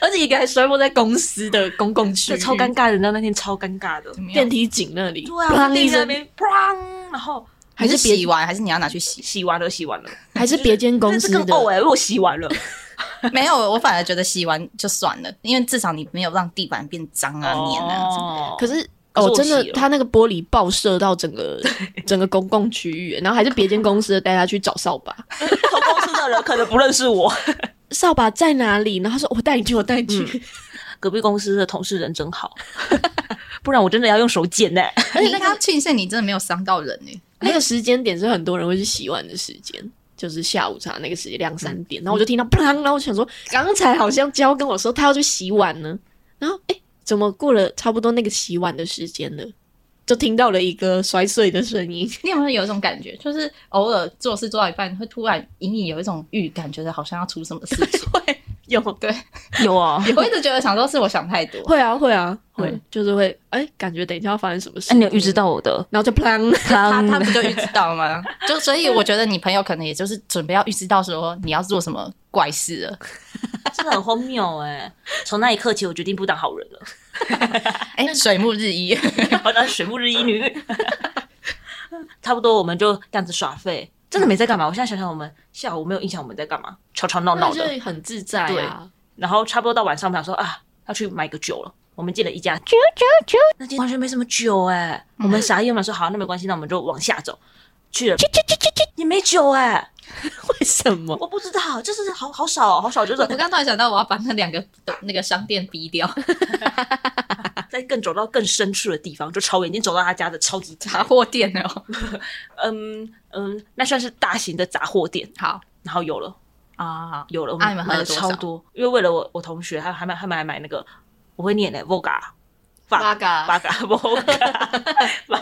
[SPEAKER 2] 而且一个还摔破在公司的公共区
[SPEAKER 3] 这
[SPEAKER 2] 域，
[SPEAKER 3] 超尴尬的，你知道那天超尴尬的。
[SPEAKER 1] 怎么样
[SPEAKER 2] 电？梯井那里，
[SPEAKER 3] 对
[SPEAKER 2] 砰
[SPEAKER 3] 啊，
[SPEAKER 2] 一
[SPEAKER 3] 电梯那
[SPEAKER 2] 声，
[SPEAKER 3] 边砰，然后
[SPEAKER 1] 还
[SPEAKER 2] 还
[SPEAKER 1] 是
[SPEAKER 2] 是别
[SPEAKER 1] 洗完，还是你要拿去洗？
[SPEAKER 3] 洗完了，洗完了，
[SPEAKER 2] 还是别间公
[SPEAKER 3] 但
[SPEAKER 2] 司
[SPEAKER 3] 是
[SPEAKER 2] 的哦
[SPEAKER 3] 更呕哎、我洗 完了，
[SPEAKER 1] 没有，我反而觉得洗完就算了，因为至少你没有让地板变脏啊、黏啊。
[SPEAKER 3] 哦
[SPEAKER 2] 可
[SPEAKER 3] 可
[SPEAKER 2] 是
[SPEAKER 3] 是
[SPEAKER 2] 哦，
[SPEAKER 3] 我
[SPEAKER 2] 真的
[SPEAKER 3] 洗，了
[SPEAKER 2] 他那个玻璃爆射到整 个整个公共区域，然后还是别间公司的带他去找扫把，
[SPEAKER 3] 同公司的人可能不认识我，
[SPEAKER 2] 扫把在哪里？然后他说我带你去，我带你去。
[SPEAKER 3] 隔壁公司的同事人真好， 不然我真的要用手剪呢、
[SPEAKER 1] 而且那个庆幸你真的没有伤到人呢、 欸
[SPEAKER 2] 那个时间点是很多人会去洗碗的时间。就是下午茶那个时间两三点，然后我就听到砰，然后我想说，刚才好像娇跟我说她要去洗碗呢，然后哎，怎么过了差不多那个洗碗的时间了，就听到了一个摔碎的声音，
[SPEAKER 1] 你有没有有一种感觉，就是偶尔做事做到一半，会突然隐隐有一种预感，觉得好像要出什么事情？
[SPEAKER 2] 有
[SPEAKER 1] 对，
[SPEAKER 3] 有啊、
[SPEAKER 1] 我一直觉得想说是我想太多。
[SPEAKER 2] 会啊会啊会，
[SPEAKER 1] 嗯
[SPEAKER 2] 就是会哎，感觉等一下要发生什么事，
[SPEAKER 3] 哎、你有预知到我的？
[SPEAKER 2] 然后就砰，
[SPEAKER 1] 他他
[SPEAKER 3] 他
[SPEAKER 1] 不就预知到 吗？就所以我觉得你朋友可能也就是准备要预知到说你要做什么怪事了，
[SPEAKER 3] 真的很荒谬哎、从那一刻起，我决定不当好人了，
[SPEAKER 1] 哎、水木日一，
[SPEAKER 3] 我当水木日一女。 差不多，我们就这样子耍废，真的没在干嘛。我现在想想，我们下午没有印象我们在干嘛，吵吵闹
[SPEAKER 2] 那
[SPEAKER 3] 闹
[SPEAKER 2] 就
[SPEAKER 3] 的。
[SPEAKER 2] 很自在啊。
[SPEAKER 3] 然后差不多到晚上，我们想说啊，要去买个酒了。我们进了一家酒酒酒，那间完全没什么酒哎、我们傻眼，我们想说好，那没关系，那我们就往下走。去了，也没酒哎、
[SPEAKER 2] 为什么？
[SPEAKER 3] 我不知道，就是好好少好少，就是
[SPEAKER 1] 我刚突然想到，我要把那两个那个商店逼掉，
[SPEAKER 3] 在更走到更深处的地方，就超远，已经走到他家的超级
[SPEAKER 1] 杂
[SPEAKER 3] 杂，
[SPEAKER 1] 货店哦。
[SPEAKER 3] 嗯嗯，那算是大型的杂货店。
[SPEAKER 1] 好
[SPEAKER 3] 然后有了
[SPEAKER 1] 啊，
[SPEAKER 3] 有了，我
[SPEAKER 1] 啊你们喝
[SPEAKER 3] 买
[SPEAKER 1] 了
[SPEAKER 3] 了
[SPEAKER 1] 多少
[SPEAKER 3] 超多，因为为了我我同学，还还买还买还买那个，我会念的啊 Voga。
[SPEAKER 2] 八嘎
[SPEAKER 3] Voga Voga Voga，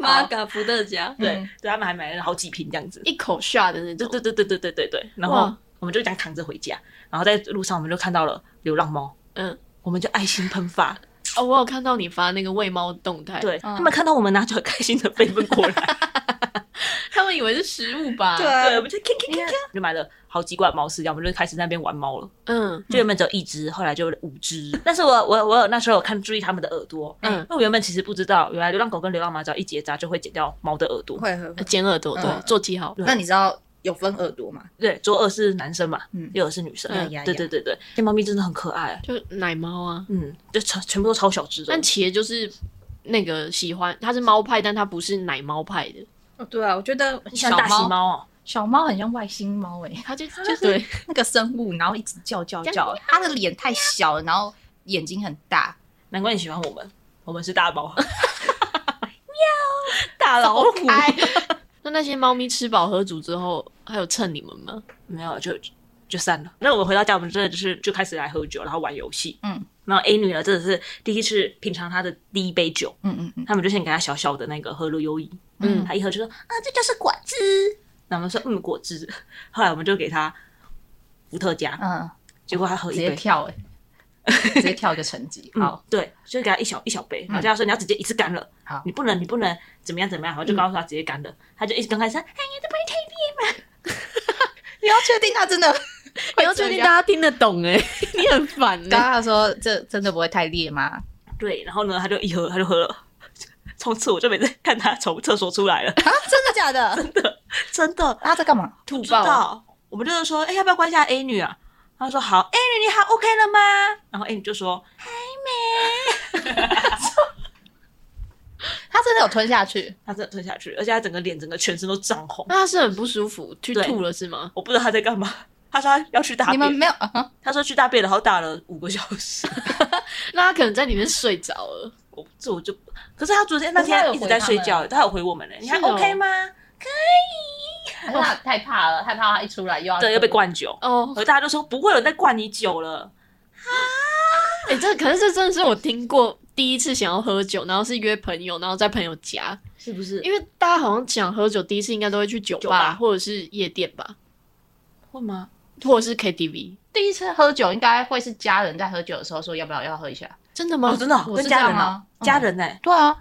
[SPEAKER 2] 八嘎伏啊特加，
[SPEAKER 3] 啊 对
[SPEAKER 1] 嗯
[SPEAKER 3] 对，他们还买了好几瓶这样子。
[SPEAKER 2] 一口下的那
[SPEAKER 3] 对
[SPEAKER 2] 种。
[SPEAKER 3] 对对对对对对对，然后
[SPEAKER 2] 哇
[SPEAKER 3] 我们就这样扛着回家，然后在路上我们就看到了流浪猫，
[SPEAKER 2] 嗯，
[SPEAKER 3] 我们就爱心喷发，
[SPEAKER 2] 哦，我有看到你发那个喂猫动态，
[SPEAKER 3] 对
[SPEAKER 1] 嗯
[SPEAKER 3] 他们看到我们拿就很开心的飞奔过来，
[SPEAKER 2] 他们以为是食物吧？
[SPEAKER 3] 对，我们就 k k k k，就买了好几罐猫饲料，我们就开始在那边玩猫了。
[SPEAKER 2] 嗯
[SPEAKER 3] 就原本只有一只，后来就五只。但是我我我有那时候有看注意它们的耳朵，
[SPEAKER 2] 嗯
[SPEAKER 3] 因为我原本其实不知道，原来流浪狗跟流浪猫只要一结扎就会剪掉猫的耳朵。
[SPEAKER 1] 会会会。
[SPEAKER 2] 剪耳朵，对
[SPEAKER 1] 嗯，
[SPEAKER 2] 做记号。
[SPEAKER 1] 那你知道有分耳朵吗？
[SPEAKER 3] 对，左耳是男生嘛，
[SPEAKER 1] 嗯
[SPEAKER 3] 右耳是女生。
[SPEAKER 2] 嗯
[SPEAKER 3] 对对对对，这猫咪真的很可爱，
[SPEAKER 2] 就奶猫啊，
[SPEAKER 3] 嗯，就超全部都超小只的
[SPEAKER 2] 但。茄就是那个喜欢，它是猫派，但它不是奶猫派的，
[SPEAKER 1] 哦，对啊，我觉得
[SPEAKER 3] 你像大型猫哦，
[SPEAKER 1] 小猫很像外星猫诶、
[SPEAKER 2] 它 就就
[SPEAKER 1] 就是
[SPEAKER 2] 是对
[SPEAKER 1] 那个生物，然后一直叫叫叫，它的脸太小了，然后眼睛很大，
[SPEAKER 3] 难怪你喜欢我们，我们是 大猫。喵，大老虎
[SPEAKER 1] 啊 哎，
[SPEAKER 2] 那那些猫咪吃饱喝足之后，还有蹭你们吗？
[SPEAKER 3] 没有就就散了。那我们回到家，我们真的就是就开始来喝酒，然后玩游戏。
[SPEAKER 1] 嗯，
[SPEAKER 3] 然后 A 女呢，真的是第一次品尝她的第一杯酒。
[SPEAKER 1] 嗯嗯嗯，
[SPEAKER 3] 他们就先给他小小的那个喝了优饮，
[SPEAKER 2] 嗯
[SPEAKER 3] 他一喝就说啊，这就是果汁。然后我们说嗯，果汁。后来我们就给他伏特加，
[SPEAKER 1] 嗯，
[SPEAKER 3] 结果他喝
[SPEAKER 1] 直
[SPEAKER 3] 一
[SPEAKER 1] 接
[SPEAKER 3] 杯，
[SPEAKER 1] 跳诶、直接跳一个成 绩，
[SPEAKER 3] 嗯
[SPEAKER 1] 好，，嗯
[SPEAKER 3] 对，就给他一小一小杯，然后叫他说你要直接一次干了，
[SPEAKER 1] 好嗯
[SPEAKER 3] 你不能你不能怎么样怎么样，然后就告诉他直接干了，他就一直刚开始，哎呀，这不会太
[SPEAKER 1] 你要确定它真的
[SPEAKER 2] 你要确定大家听得懂哎、 你很烦欸 呢、
[SPEAKER 1] 刚刚他说这真的不会太烈吗？
[SPEAKER 3] 对，然后呢，他就一喝他就喝了， 从此我就每次看他从厕所出来了，
[SPEAKER 1] 啊，真的假的？
[SPEAKER 3] 真的，
[SPEAKER 1] 他在干嘛？
[SPEAKER 2] 吐
[SPEAKER 3] 不知
[SPEAKER 2] 爆，
[SPEAKER 3] 道，我们就是说，哎、要不要关一下 A 女啊？她说好，A 女你好，OK 了吗？然后 A 女就说
[SPEAKER 1] 他真的有吞下去？
[SPEAKER 3] 她真的吞下去，而且她整个脸、整个全身都涨红，
[SPEAKER 2] 那它是很不舒服，去
[SPEAKER 3] 对
[SPEAKER 2] 吐了是吗？
[SPEAKER 3] 我不知道她在干嘛。她说她要去大
[SPEAKER 1] 你们
[SPEAKER 3] 便，
[SPEAKER 1] 没有？ 啊哈
[SPEAKER 3] 她说去大便，然后大了五个小时。
[SPEAKER 2] 那它可能在里面睡着了。
[SPEAKER 3] 我这我就，可是她昨天那
[SPEAKER 1] 可是她
[SPEAKER 3] 天
[SPEAKER 1] 有
[SPEAKER 3] 一直在
[SPEAKER 1] 回他
[SPEAKER 3] 睡
[SPEAKER 1] 们
[SPEAKER 3] 觉，她有回我们呢、你还
[SPEAKER 2] 是哦
[SPEAKER 3] OK 吗？
[SPEAKER 1] 还是他太怕了，害怕他一出来又要
[SPEAKER 3] 对，又被灌酒，
[SPEAKER 2] 哦，
[SPEAKER 3] 而大家就说不会有人在灌你酒了。
[SPEAKER 2] 哎、这可是这真的是我听过第一次想要喝酒，然后是约朋友，然后在朋友家，
[SPEAKER 3] 是不是？
[SPEAKER 2] 因为大家好像想喝酒，第一次应该都会去酒吧
[SPEAKER 3] 酒吧
[SPEAKER 2] 或者是夜店吧，
[SPEAKER 3] 会吗？
[SPEAKER 2] 或者是 KTV。
[SPEAKER 1] 第一次喝酒应该会是家人在喝酒的时候说要不要要喝一下？
[SPEAKER 2] 真的吗？
[SPEAKER 3] 哦，真的哦、
[SPEAKER 1] 我
[SPEAKER 3] 跟
[SPEAKER 1] 是
[SPEAKER 3] 家
[SPEAKER 1] 这样
[SPEAKER 3] 人哦
[SPEAKER 1] 啊，嗯
[SPEAKER 3] 家人呢、
[SPEAKER 1] 对啊，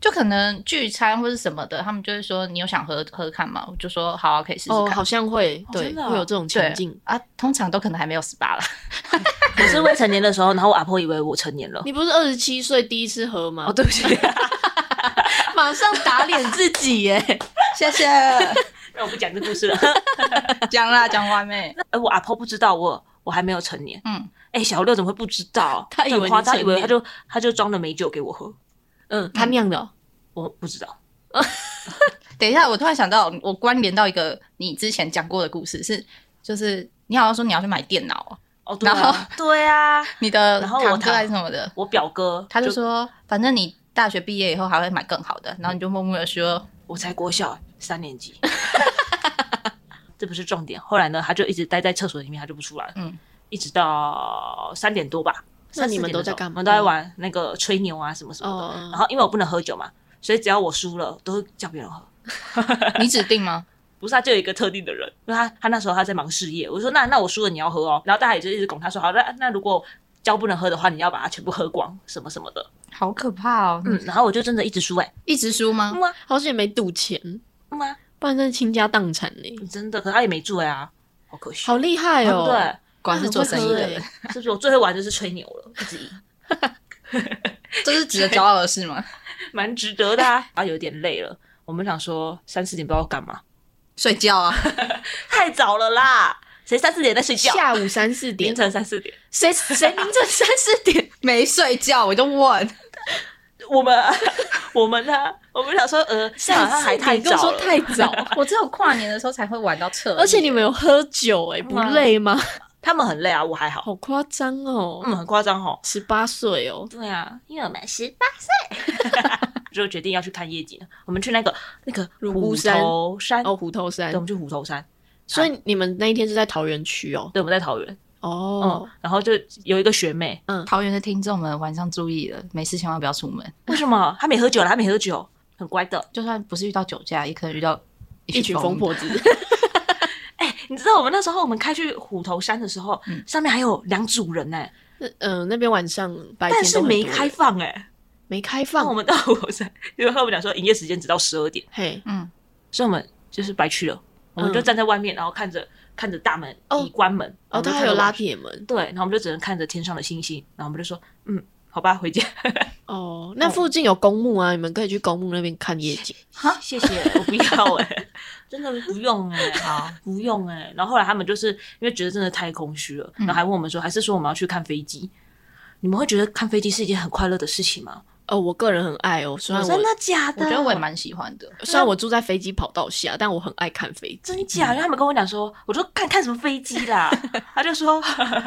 [SPEAKER 1] 就可能聚餐或是什么的，他们就会说你有想喝喝看吗？我就说好啊，可以试试
[SPEAKER 2] 哦，
[SPEAKER 1] 看。
[SPEAKER 2] 好像会，
[SPEAKER 3] 哦
[SPEAKER 2] 对，
[SPEAKER 3] 真的哦
[SPEAKER 2] 会有这种
[SPEAKER 1] 对
[SPEAKER 2] 情境。
[SPEAKER 1] 啊，通常都可能还没有十八啦。
[SPEAKER 3] 我是未成年的时候，然后我阿婆以为我成年了。
[SPEAKER 2] 你不是二十七岁第一次喝吗？
[SPEAKER 3] 哦，对不 起。
[SPEAKER 2] 马上打脸自己耶！
[SPEAKER 1] 谢 谢，
[SPEAKER 3] 那我不讲这故事 了。
[SPEAKER 1] 讲啦，讲完欸没？
[SPEAKER 3] 哎，我阿婆不知道我，我还没有成年。
[SPEAKER 1] 嗯，
[SPEAKER 3] 哎，小六怎么会不知道？
[SPEAKER 2] 他以为
[SPEAKER 3] 很夸张，
[SPEAKER 2] 你
[SPEAKER 3] 他以
[SPEAKER 2] 成
[SPEAKER 3] 为
[SPEAKER 2] 年
[SPEAKER 3] 他就他就装了美酒给我喝，
[SPEAKER 2] 嗯， 他酿的哦、
[SPEAKER 3] 我不知道。
[SPEAKER 1] 等一下，我突然想到，我关联到一个你之前讲过的故事，是就是你好像说你要去买电脑哦，
[SPEAKER 3] 哦，对
[SPEAKER 1] 然后
[SPEAKER 3] 啊，对啊，
[SPEAKER 1] 你的
[SPEAKER 3] 然后我
[SPEAKER 1] 堂哥
[SPEAKER 3] 堂
[SPEAKER 1] 还是什么的，
[SPEAKER 3] 我表哥
[SPEAKER 1] 他就说反正你大学毕业以后还会买更好的，然后你就默默的 说
[SPEAKER 3] 我才国小三年级， 这不是重点。后来呢，他就一直待在厕所里面，他就不出来，
[SPEAKER 1] 嗯
[SPEAKER 3] 嗯，一直到三点多吧。
[SPEAKER 2] 那你们
[SPEAKER 3] 3-4点
[SPEAKER 2] 都
[SPEAKER 3] 的时候
[SPEAKER 2] 在干嘛
[SPEAKER 3] 我们都在玩那个吹牛啊什么什么的。
[SPEAKER 2] 哦
[SPEAKER 3] 然后因为我不能喝酒嘛，所以只要我输了，都会叫别人喝。
[SPEAKER 1] 你指定 吗？
[SPEAKER 3] 不是，他啊就有一个特定的人，因为他他那时候他在忙事业，我就说那那我输了你要喝哦，然后大家也就一直拱他说好，那那如果胶不能喝的话，你要把它全部喝光什么什么的，
[SPEAKER 1] 好可怕哦！
[SPEAKER 3] 嗯，然后我就真的一直输哎、
[SPEAKER 1] 一直输吗？
[SPEAKER 3] 嗯啊
[SPEAKER 2] 好险没赌钱，
[SPEAKER 3] 嗯啊，
[SPEAKER 2] 不然真的倾家荡产嘞。
[SPEAKER 3] 真的，可他也没醉啊，好可惜，
[SPEAKER 2] 好厉害
[SPEAKER 3] 对
[SPEAKER 2] 哦！
[SPEAKER 3] 不对？
[SPEAKER 1] 果然是做生意的
[SPEAKER 2] 很会
[SPEAKER 1] 人
[SPEAKER 2] 喝，欸
[SPEAKER 3] 是不是我最会玩就是吹牛了，一直赢，
[SPEAKER 1] 这是值得骄傲的事 吗？
[SPEAKER 3] 蛮值得的啊。然后有点累了，我们想说三四点不知道干嘛，
[SPEAKER 1] 睡觉啊，
[SPEAKER 3] 太早了啦，谁三四点在睡觉？
[SPEAKER 2] 下午三四点
[SPEAKER 3] 凌，晨三四点，
[SPEAKER 2] 谁谁凌晨三四点？
[SPEAKER 1] 没睡觉我就问，
[SPEAKER 3] 我们 我们呢、我们想说呃，下午还太
[SPEAKER 2] 你跟我
[SPEAKER 3] 早
[SPEAKER 2] 说
[SPEAKER 3] 了，
[SPEAKER 2] 太早，
[SPEAKER 1] 我只有跨年的时候才会玩到彻夜
[SPEAKER 2] 而且你们有喝酒 哎、不累吗？
[SPEAKER 3] 他们很累啊，我还好，
[SPEAKER 2] 好夸张哦，
[SPEAKER 3] 嗯，很夸张哦。
[SPEAKER 2] 十八岁哦，
[SPEAKER 3] 对啊，因为我们十八 岁，就决定要去看夜景了。我们去那个那个
[SPEAKER 2] 乳
[SPEAKER 3] 虎
[SPEAKER 2] 姑山
[SPEAKER 3] 头山，
[SPEAKER 2] 哦，虎头山
[SPEAKER 3] 对，我，们去虎头山，
[SPEAKER 2] 所以你们那一天是在桃园区哦，
[SPEAKER 3] 对，我们在桃园，
[SPEAKER 2] 哦
[SPEAKER 3] 嗯，，然后就有一个学妹，
[SPEAKER 1] 桃园的听众们晚上注意了，没事千万不要出门，
[SPEAKER 3] 为什么她没喝酒了？她没喝酒，很乖的。
[SPEAKER 1] 就算不是遇到酒驾，也可能遇到
[SPEAKER 2] 一群疯。婆子，
[SPEAKER 3] 哎、你知道我们那时候我们开去虎头山的时候，
[SPEAKER 2] 嗯
[SPEAKER 3] 上面还有两组人呢、
[SPEAKER 2] 那嗯、那边晚上白
[SPEAKER 3] 但
[SPEAKER 2] 天
[SPEAKER 3] 是
[SPEAKER 2] 都很多
[SPEAKER 3] 没
[SPEAKER 2] 人
[SPEAKER 3] 开放哎、
[SPEAKER 2] 没开
[SPEAKER 3] 那我
[SPEAKER 2] 放，
[SPEAKER 3] 们到虎头山，因为他们讲说营业时间直到十二点，
[SPEAKER 2] 嘿，
[SPEAKER 1] 嗯，
[SPEAKER 3] 所以我们就是白去了。我们就站在外面，然后看着看着大门
[SPEAKER 2] 嗯哦
[SPEAKER 3] 已关门，
[SPEAKER 2] 哦，他还有拉铁门
[SPEAKER 3] 对，然后我们就只能看着天上的星星，然后我们就说，嗯，好吧，回家。
[SPEAKER 2] 哦，那附近有公墓啊，你们可以去公墓那边看夜景。
[SPEAKER 3] 谢谢，我不 要哎、真的不用哎、好，不用哎、然后后来他们就是因为觉得真的太空虚了，
[SPEAKER 1] 嗯
[SPEAKER 3] 然后还问我们说，还是说我们要去看飞机？你们会觉得看飞机是一件很快乐的事情吗？
[SPEAKER 2] 哦，我个人很爱哦，虽然我
[SPEAKER 3] 真的假的？
[SPEAKER 1] 啊我觉得我也蛮喜欢的，
[SPEAKER 2] 虽然我住在飞机跑道下，但我很爱看飞机。
[SPEAKER 3] 真假，因为他们跟我讲说，我说看看什么飞机啦，他就说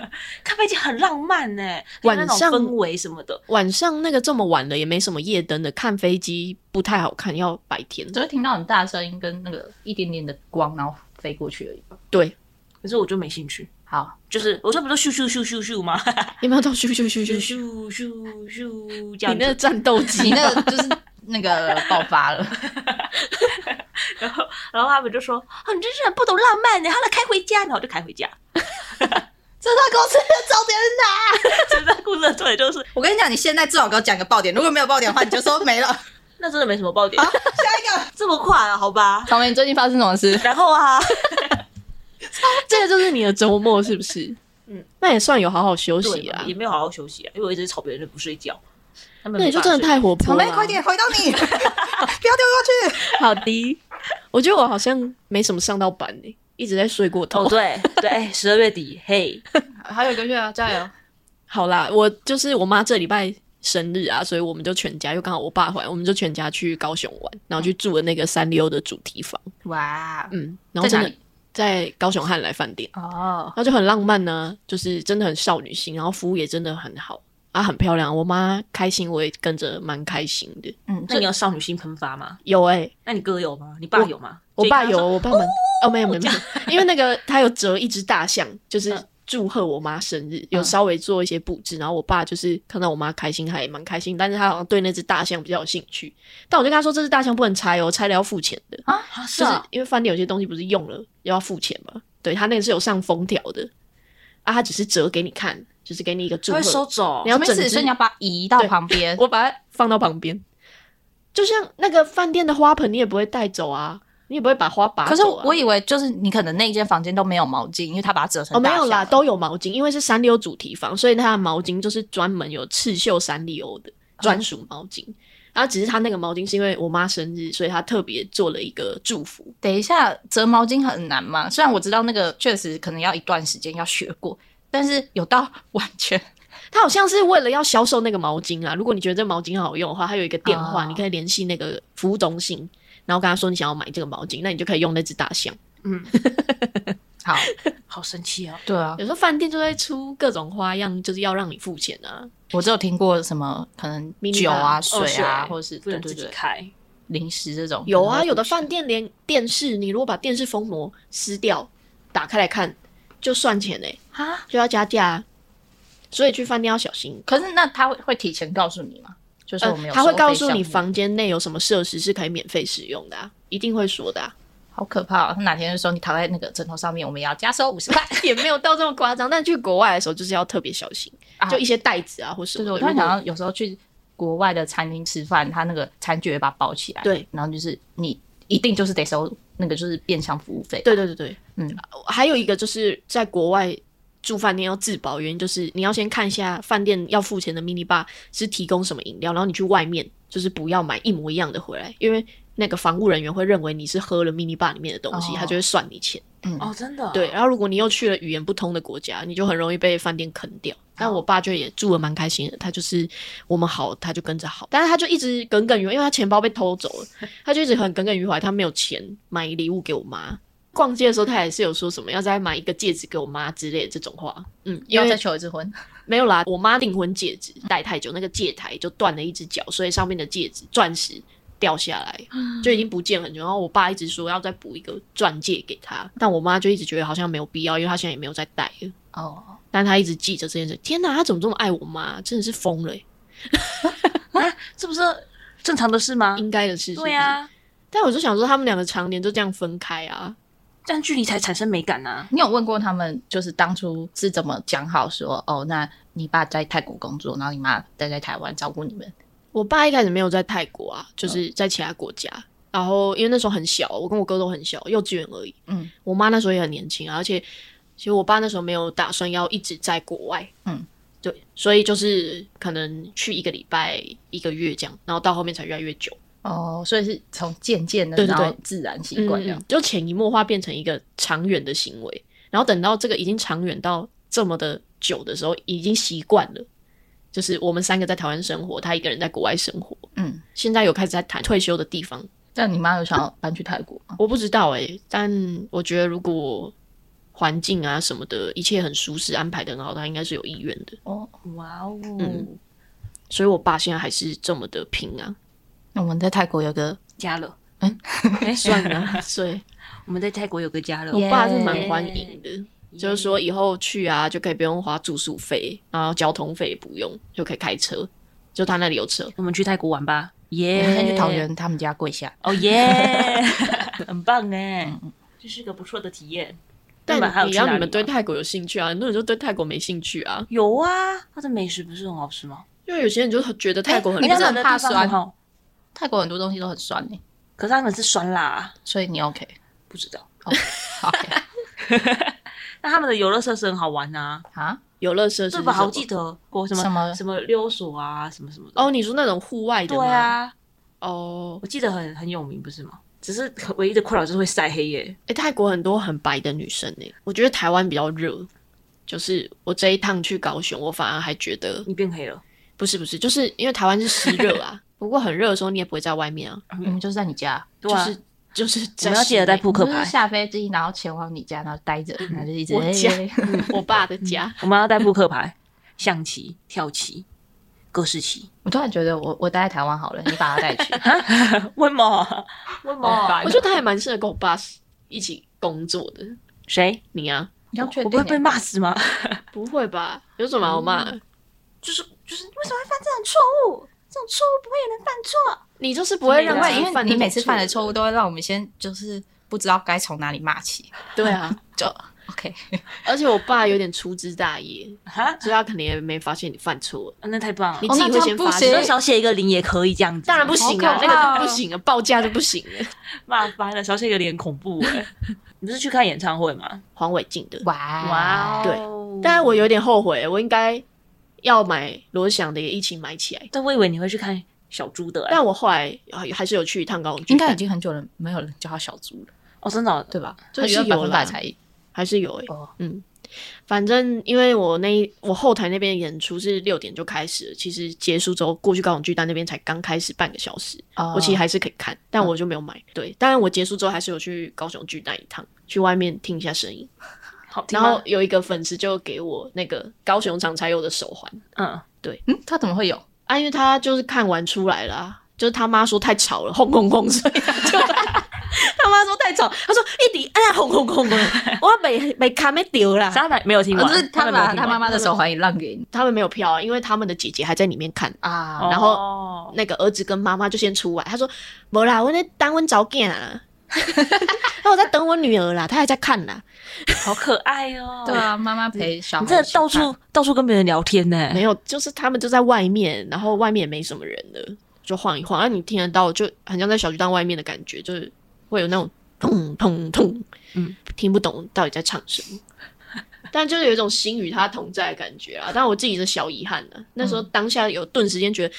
[SPEAKER 3] 看飞机很浪漫呢、有那种
[SPEAKER 2] 晚上
[SPEAKER 3] 氛围什么的。
[SPEAKER 2] 晚上那个这么晚了，也没什么夜灯的，看飞机不太好看，要白天。
[SPEAKER 1] 只会听到很大声音跟那个一点点的光，然后飞过去而已吧。
[SPEAKER 2] 对，
[SPEAKER 3] 可是我就没兴趣，
[SPEAKER 1] 好，
[SPEAKER 3] 就是我这不是咻咻咻咻咻吗？
[SPEAKER 2] 有没有到咻咻咻
[SPEAKER 3] 咻
[SPEAKER 2] 咻咻？
[SPEAKER 3] 咻咻咻这样
[SPEAKER 2] 你那个
[SPEAKER 3] 子。
[SPEAKER 2] 战斗 机
[SPEAKER 1] 你，那个就是那个爆发了，
[SPEAKER 3] 然后然后他们就说：“啊，你真是很不懂浪漫呢，好了，开回家。”然后我就开回家。
[SPEAKER 1] 这段公司的重点是哪？
[SPEAKER 3] 这段故事的重点就是，
[SPEAKER 1] 我跟你讲，你现在至少给我讲个爆点，如果没有爆点的话，你就说没了。
[SPEAKER 3] 那真的没什么爆点，
[SPEAKER 1] 下一个，
[SPEAKER 3] 这么快啊？好吧。
[SPEAKER 1] 草莓，你最近发生什么事？
[SPEAKER 3] 然后啊，
[SPEAKER 2] 这个就是你的周末是不是？
[SPEAKER 3] 嗯
[SPEAKER 2] 嗯，那也算有好好休
[SPEAKER 3] 对
[SPEAKER 2] 息
[SPEAKER 3] 嘛，
[SPEAKER 2] 啊
[SPEAKER 3] 也。没有好好休息啊，因为我一直吵别人不睡觉。他们
[SPEAKER 2] 那你就
[SPEAKER 3] 没办
[SPEAKER 2] 真
[SPEAKER 3] 法
[SPEAKER 2] 的太活泼啊
[SPEAKER 1] 草
[SPEAKER 2] 了、
[SPEAKER 1] 莓，快！点回到你， 不要丢过去。
[SPEAKER 2] 好的， 我觉得我好像没什么上到班诶、一直在睡过
[SPEAKER 3] 睡
[SPEAKER 2] 头。
[SPEAKER 3] 哦，对对，十二月底，嘿，
[SPEAKER 1] 还有一个月啊，加油！
[SPEAKER 2] 好啦，我就是我妈这礼拜生日啊，所以我们就全家，又刚好我爸回来，我们就全家去高雄玩，然后去住了那个三溜的主题房，
[SPEAKER 1] 哇，
[SPEAKER 2] 嗯，然后
[SPEAKER 1] 在
[SPEAKER 2] 真
[SPEAKER 1] 哪
[SPEAKER 2] 的
[SPEAKER 1] 里
[SPEAKER 2] 在高雄汉来饭店，
[SPEAKER 1] 哦
[SPEAKER 2] 然，后就很浪漫呢、就是真的很少女心，然后服务也真的很好啊，很漂亮，我妈开心，我也跟着蛮开心的。
[SPEAKER 1] 嗯，
[SPEAKER 3] 那你有少女心喷发吗？
[SPEAKER 2] 有哎、
[SPEAKER 3] 那你哥有吗？你爸有吗？
[SPEAKER 2] 我
[SPEAKER 3] 所以
[SPEAKER 2] 爸
[SPEAKER 3] 刚刚
[SPEAKER 2] 有，
[SPEAKER 3] 说，
[SPEAKER 2] 我爸们哦，没有没有没有，因为那个他有折一只大象，就是
[SPEAKER 3] 嗯
[SPEAKER 2] 祝贺我妈生日，
[SPEAKER 1] 嗯
[SPEAKER 2] 有稍微做一些布置。然后我爸就是看到我妈开心，他也蛮开心，但是他好像对那只大象比较有兴趣。但我就跟他说，这只大象不能拆哦，拆了要付钱的，
[SPEAKER 3] 啊是
[SPEAKER 2] 就是
[SPEAKER 3] 啊，
[SPEAKER 2] 因为饭店有些东西不是用了要付钱嘛。对他那个是有上封条的，啊，他只是折给你看，就是给你一个祝
[SPEAKER 3] 他会收
[SPEAKER 2] 贺。
[SPEAKER 3] 走
[SPEAKER 2] 你。要
[SPEAKER 1] 什么意
[SPEAKER 2] 整
[SPEAKER 1] 思？
[SPEAKER 2] 只
[SPEAKER 1] 所以你要把它移到旁边，
[SPEAKER 2] 我把它放到旁边，就像那个饭店的花盆，你也不会带走啊，你也不会把花拔走、啊。
[SPEAKER 1] 可是我以为就是你可能那一间房间都没有毛巾，因为他把它折成
[SPEAKER 2] 哦，没有
[SPEAKER 1] 大啊
[SPEAKER 2] 啦，
[SPEAKER 1] 小
[SPEAKER 2] 都有毛巾，因为是三溜主题房，所以它的毛巾就是专门有刺绣三丽鸥的专属毛巾。然后只是它那个毛巾是因为我妈生日，所以她特别做了一个祝福。
[SPEAKER 1] 等一下折毛巾很难吗？虽然我知道那个确实可能要一段时间要学过，但是有到完全
[SPEAKER 2] 她好像是为了要销售那个毛巾啊。如果你觉得这毛巾好用的话，它有一个电话，
[SPEAKER 1] 哦
[SPEAKER 2] 你可以联系那个服务中心，然后跟他说你想要买这个毛巾，那你就可以用那只大象。
[SPEAKER 3] 嗯，
[SPEAKER 1] 好，
[SPEAKER 3] 好生气哦。
[SPEAKER 1] 对啊，
[SPEAKER 2] 有时候饭店就会出各种花样，就是要让你付钱啊。
[SPEAKER 1] 我只有听过什么可能
[SPEAKER 2] Mini
[SPEAKER 1] 酒啊、
[SPEAKER 2] bar，
[SPEAKER 1] 水啊，或者是
[SPEAKER 3] 哦不
[SPEAKER 1] 对
[SPEAKER 3] 能
[SPEAKER 1] 对
[SPEAKER 3] 自己
[SPEAKER 1] 对
[SPEAKER 3] 开，
[SPEAKER 1] 零食这种
[SPEAKER 2] 有
[SPEAKER 1] 可能
[SPEAKER 2] 啊，
[SPEAKER 1] 会
[SPEAKER 2] 有的饭店连电视，你如果把电视封膜撕掉，打开来看，就算钱嘞、
[SPEAKER 1] 啊。
[SPEAKER 2] 就要加价啊，所以去饭店要小心。
[SPEAKER 1] 可是那他会会提前告诉你吗？就是我们
[SPEAKER 2] 呃
[SPEAKER 1] 有
[SPEAKER 2] 他
[SPEAKER 1] 收
[SPEAKER 2] 会
[SPEAKER 1] 费
[SPEAKER 2] 告诉
[SPEAKER 1] 项
[SPEAKER 2] 你
[SPEAKER 1] 目
[SPEAKER 2] 房间内有什么设施是可以免费使用的、啊，一定会说的、啊，
[SPEAKER 1] 好可怕、哦！他哪天就说你躺在那个枕头上面，我们也要加收五十 块。
[SPEAKER 2] 也没有到这么夸张。但去国外的时候就是要特别小心，
[SPEAKER 1] 啊
[SPEAKER 2] 就一些袋子啊或什
[SPEAKER 1] 对对，
[SPEAKER 2] 么的。
[SPEAKER 1] 我突然
[SPEAKER 2] 如果
[SPEAKER 1] 想到，有时候去国外的餐厅吃饭，他那个餐具会把它包起来，
[SPEAKER 2] 对，
[SPEAKER 1] 然后就是你一定就是得收那个就是变相服务费。
[SPEAKER 2] 对对对对，
[SPEAKER 1] 嗯，
[SPEAKER 2] 还有一个就是在国外住饭店要自保，原因就是你要先看一下饭店要付钱的 mini bar 是提供什么饮料，然后你去外面就是不要买一模一样的回来，因为那个防务人员会认为你是喝了 mini bar 里面的东西，
[SPEAKER 1] 哦
[SPEAKER 2] 他就会算你钱。
[SPEAKER 3] 哦，真的，
[SPEAKER 2] 对，，然后如果你又去了语言不通的国家，你就很容易被饭店坑掉。但我爸就也住的蛮开心的，他就是我们好，他就跟着好，但是他就一直耿耿于怀，因为他钱包被偷走了，他就一直很耿耿于怀，他没有钱买礼物给我妈。逛街的时候，他也是有说什么要再买一个戒指给我妈之类的这种话，嗯，因
[SPEAKER 1] 要再
[SPEAKER 2] 为
[SPEAKER 1] 求一次婚，
[SPEAKER 2] 没有啦，我妈订婚戒指戴太久，那个戒台就断了一只脚，所以上面的戒指钻石掉下来，就已经不见了很久。然后我爸一直说要再补一个钻戒给她，但我妈就一直觉得好像没有必要，因为她现在也没有再戴了。
[SPEAKER 1] 哦，
[SPEAKER 2] 但她一直记着这件事。天哪，她怎么这么爱我妈？真的是疯了欸、
[SPEAKER 3] 这不是正常的事吗？
[SPEAKER 2] 应该的事。
[SPEAKER 3] 对啊
[SPEAKER 2] 呀、
[SPEAKER 3] 呀，
[SPEAKER 2] 但我就想说，他们两个常年就这样分开啊。
[SPEAKER 3] 这样距离才产生美感啊呐。
[SPEAKER 1] 你有问过他们，就是当初是怎么讲好说，哦，那你爸在泰国工作，然后你妈待在台湾照顾你们，
[SPEAKER 2] 我爸一开始没有在泰国啊，
[SPEAKER 1] 嗯
[SPEAKER 2] 就是在其他国家。然后因为那时候很小，我跟我哥都很小，幼稚园而已。
[SPEAKER 1] 嗯，
[SPEAKER 2] 我妈那时候也很年轻啊，而且其实我爸那时候没有打算要一直在国外。
[SPEAKER 1] 嗯，
[SPEAKER 2] 对，所以就是可能去一个礼拜、一个月这样，然后到后面才越来越久。
[SPEAKER 1] 哦，所以是从渐渐的，
[SPEAKER 2] 对对对
[SPEAKER 1] 然后自然习惯这样。
[SPEAKER 2] 嗯嗯就潜移默化变成一个长远的行为。然后等到这个已经长远到这么的久的时候，已经习惯了。就是我们三个在台湾生活，他一个人在国外生活。
[SPEAKER 1] 嗯，
[SPEAKER 2] 现在有开始在谈退休的地方，
[SPEAKER 1] 但你妈有想要搬去泰国吗？
[SPEAKER 2] 我不知道诶、但我觉得如果环境啊什么的，一切很舒适，安排的很好，他应该是有意愿的。
[SPEAKER 1] 哦，
[SPEAKER 3] 哇哦，
[SPEAKER 2] 嗯所以我爸现在还是这么的拼啊，
[SPEAKER 1] 那我们在泰国有个
[SPEAKER 3] 加了，哎
[SPEAKER 2] 算啊， 所以
[SPEAKER 3] 我们在泰国有个加了，
[SPEAKER 1] 耶
[SPEAKER 2] 我爸是
[SPEAKER 3] 哎
[SPEAKER 2] 蛮欢迎的。就是说以后去啊，就可以不用花住宿费，然后交通费也不用，就可以开车。就他那里有车，
[SPEAKER 3] 我们去泰国玩吧，
[SPEAKER 1] 我
[SPEAKER 3] 耶！
[SPEAKER 1] 们先去桃，园他们家跪下，
[SPEAKER 3] 哦耶，很棒哎，这是个不错的体验。
[SPEAKER 2] 但
[SPEAKER 3] 日本还有
[SPEAKER 2] 也
[SPEAKER 3] 去
[SPEAKER 2] 要
[SPEAKER 3] 哪
[SPEAKER 2] 你
[SPEAKER 3] 里
[SPEAKER 2] 们对
[SPEAKER 3] 吗
[SPEAKER 2] 泰国有兴趣啊，很多人就对泰国没兴趣啊，
[SPEAKER 3] 有啊，它的美食不是很好吃吗？
[SPEAKER 2] 因为有些人就觉得泰国很
[SPEAKER 1] 哎
[SPEAKER 2] 热
[SPEAKER 1] 你知道
[SPEAKER 2] 闹
[SPEAKER 1] 很怕酸
[SPEAKER 3] 哈，
[SPEAKER 1] 泰国很多东西都很酸诶、
[SPEAKER 3] 可是他们是酸辣啊，
[SPEAKER 1] 所以你 OK？哦
[SPEAKER 3] 不知道。
[SPEAKER 1] 好 OK
[SPEAKER 3] 那他们的游乐设施很好玩啊，
[SPEAKER 1] 啊？
[SPEAKER 2] 游乐设施
[SPEAKER 3] 对
[SPEAKER 2] 是
[SPEAKER 3] 吧？
[SPEAKER 2] 什么
[SPEAKER 3] 好记得过什么
[SPEAKER 1] 什么
[SPEAKER 3] 什么溜索啊，什么什么的。
[SPEAKER 2] 哦，你说那种户外的
[SPEAKER 3] 对
[SPEAKER 2] 吗？，
[SPEAKER 3] 啊，
[SPEAKER 2] 哦
[SPEAKER 3] 我，记得很很有名，不是吗？只是唯一的困扰就是会晒黑耶。
[SPEAKER 2] 哎、泰国很多很白的女生呢、我觉得台湾比较热。就是我这一趟去高雄，我反而还觉得
[SPEAKER 3] 你变黑了，
[SPEAKER 2] 不是不是，就是因为台湾是湿热啊， 不过很热的时候你也不会在外面啊，
[SPEAKER 1] 嗯你们就是在你家，
[SPEAKER 3] 对啊，
[SPEAKER 2] 就是就是
[SPEAKER 3] 我
[SPEAKER 2] 在
[SPEAKER 3] 们要记得
[SPEAKER 2] 室
[SPEAKER 3] 带
[SPEAKER 2] 内
[SPEAKER 3] 扑克
[SPEAKER 1] 就是
[SPEAKER 3] 牌，
[SPEAKER 1] 下飞机然后前往你家，然后待着，然后就一直
[SPEAKER 2] 我家
[SPEAKER 1] 哎
[SPEAKER 2] 嗯我爸的家，
[SPEAKER 3] 我们要带扑克牌、 象棋、跳棋、各式棋。
[SPEAKER 1] 我突然觉得我我待在台湾好了，你把他带去，
[SPEAKER 3] 为么？为么？
[SPEAKER 2] 我觉得他还蛮适合跟我爸一起工作的。
[SPEAKER 3] 谁？
[SPEAKER 2] 你啊，
[SPEAKER 1] 你要确
[SPEAKER 3] 我
[SPEAKER 1] 定、欸
[SPEAKER 3] 不会被骂死 吗？
[SPEAKER 2] 不会吧？有什么好骂？
[SPEAKER 3] 嗯就是就是，为什么会犯这种错误？这种错误不会有人犯错。
[SPEAKER 2] 你就是不会让
[SPEAKER 1] 啊因为
[SPEAKER 2] 自己
[SPEAKER 1] 因为
[SPEAKER 2] 犯
[SPEAKER 1] 你每次犯的
[SPEAKER 2] 的
[SPEAKER 1] 错误，都会让我们先就是不知道该从哪里骂起，
[SPEAKER 2] 对啊。
[SPEAKER 1] 就 OK。
[SPEAKER 2] 而且我爸有点粗枝大叶，
[SPEAKER 3] 哈，
[SPEAKER 2] 所以他可能也没发现你犯错。
[SPEAKER 3] 啊那太棒了！
[SPEAKER 2] 你
[SPEAKER 3] 你
[SPEAKER 1] 哦
[SPEAKER 2] 自己
[SPEAKER 1] 那这样
[SPEAKER 2] 会先
[SPEAKER 1] 不
[SPEAKER 2] 发
[SPEAKER 1] 行
[SPEAKER 2] 现
[SPEAKER 3] 那，少写一个零也可以这样子，
[SPEAKER 2] 当然不行啊
[SPEAKER 1] 好，可怕
[SPEAKER 2] 那
[SPEAKER 1] 哦
[SPEAKER 2] 个不行啊，报价就不行了。
[SPEAKER 3] 骂翻了，少写一个零很恐怖哎、 你不是去看演唱会吗？
[SPEAKER 2] 黄伟晋的，
[SPEAKER 3] 嗯
[SPEAKER 1] 哇
[SPEAKER 3] 哇、
[SPEAKER 2] 对
[SPEAKER 3] 哦！
[SPEAKER 2] 但是我有点后悔，我应该要买罗翔的也一起买起来。
[SPEAKER 3] 但我以为你会去看小猪的、欸，
[SPEAKER 2] 但我后来还还是有去一趟高雄巨
[SPEAKER 1] 应
[SPEAKER 2] 蛋，
[SPEAKER 1] 该已经很久了，没有人叫他小猪了，
[SPEAKER 3] 哦，真的哦、
[SPEAKER 1] 对吧？
[SPEAKER 2] 还是
[SPEAKER 1] 他觉得百
[SPEAKER 2] 有
[SPEAKER 1] 分
[SPEAKER 2] 啦
[SPEAKER 1] 百才
[SPEAKER 2] 还是有诶、
[SPEAKER 1] 哦
[SPEAKER 2] 嗯，反正因为我那一我后台那边演出是六点就开始了，其实结束之后过去高雄巨蛋那边才刚开始半个小时，
[SPEAKER 1] 哦嗯
[SPEAKER 2] 我其实还是可以看，但我就没有买。对，当然我结束之后还是有去高雄巨蛋一趟，去外面听一下声音。
[SPEAKER 3] 好听
[SPEAKER 2] 然
[SPEAKER 3] 吗
[SPEAKER 2] 后有一个粉丝就给我那个高雄场才有的手环
[SPEAKER 3] 嗯，
[SPEAKER 1] 嗯，他怎么会有？
[SPEAKER 2] 啊，因为他就是看完出来了啊、就是他妈说太吵了，轰轰轰，所以他 就他妈说太吵，他说一滴啊轰轰 轰轰，我没没卡没丢啦。
[SPEAKER 3] 莎奶没有啊听
[SPEAKER 2] 哦
[SPEAKER 3] 完，
[SPEAKER 1] 啊就是他
[SPEAKER 3] 没有
[SPEAKER 1] 把
[SPEAKER 3] 听
[SPEAKER 1] 他
[SPEAKER 3] 完
[SPEAKER 1] 妈妈的手环也让给你
[SPEAKER 2] 他们没有票啊，因为他们的姐姐还在里面看。
[SPEAKER 1] 啊
[SPEAKER 3] 哦
[SPEAKER 2] 然后那个儿子跟妈妈就先出来，他说：“没啦，我在单温找见啊， 那我在等我女儿啦，她还在看啦。
[SPEAKER 3] 好可爱哦、
[SPEAKER 1] 对，啊，妈妈陪小孩
[SPEAKER 3] 你
[SPEAKER 1] 一起看，
[SPEAKER 3] 真的到处到处跟别人聊天呢、
[SPEAKER 2] 没有，就是他们就在外面，然后外面也没什么人了，就晃一晃。啊，你听得到，就很像在小巨蛋外面的感觉，就是会有那种砰砰砰，
[SPEAKER 3] 嗯，
[SPEAKER 2] 听不懂到底在唱什么。但就是有一种心与他同在的感觉啊，但我自己的小遗憾呢、那时候当下有顿时间觉得，嗯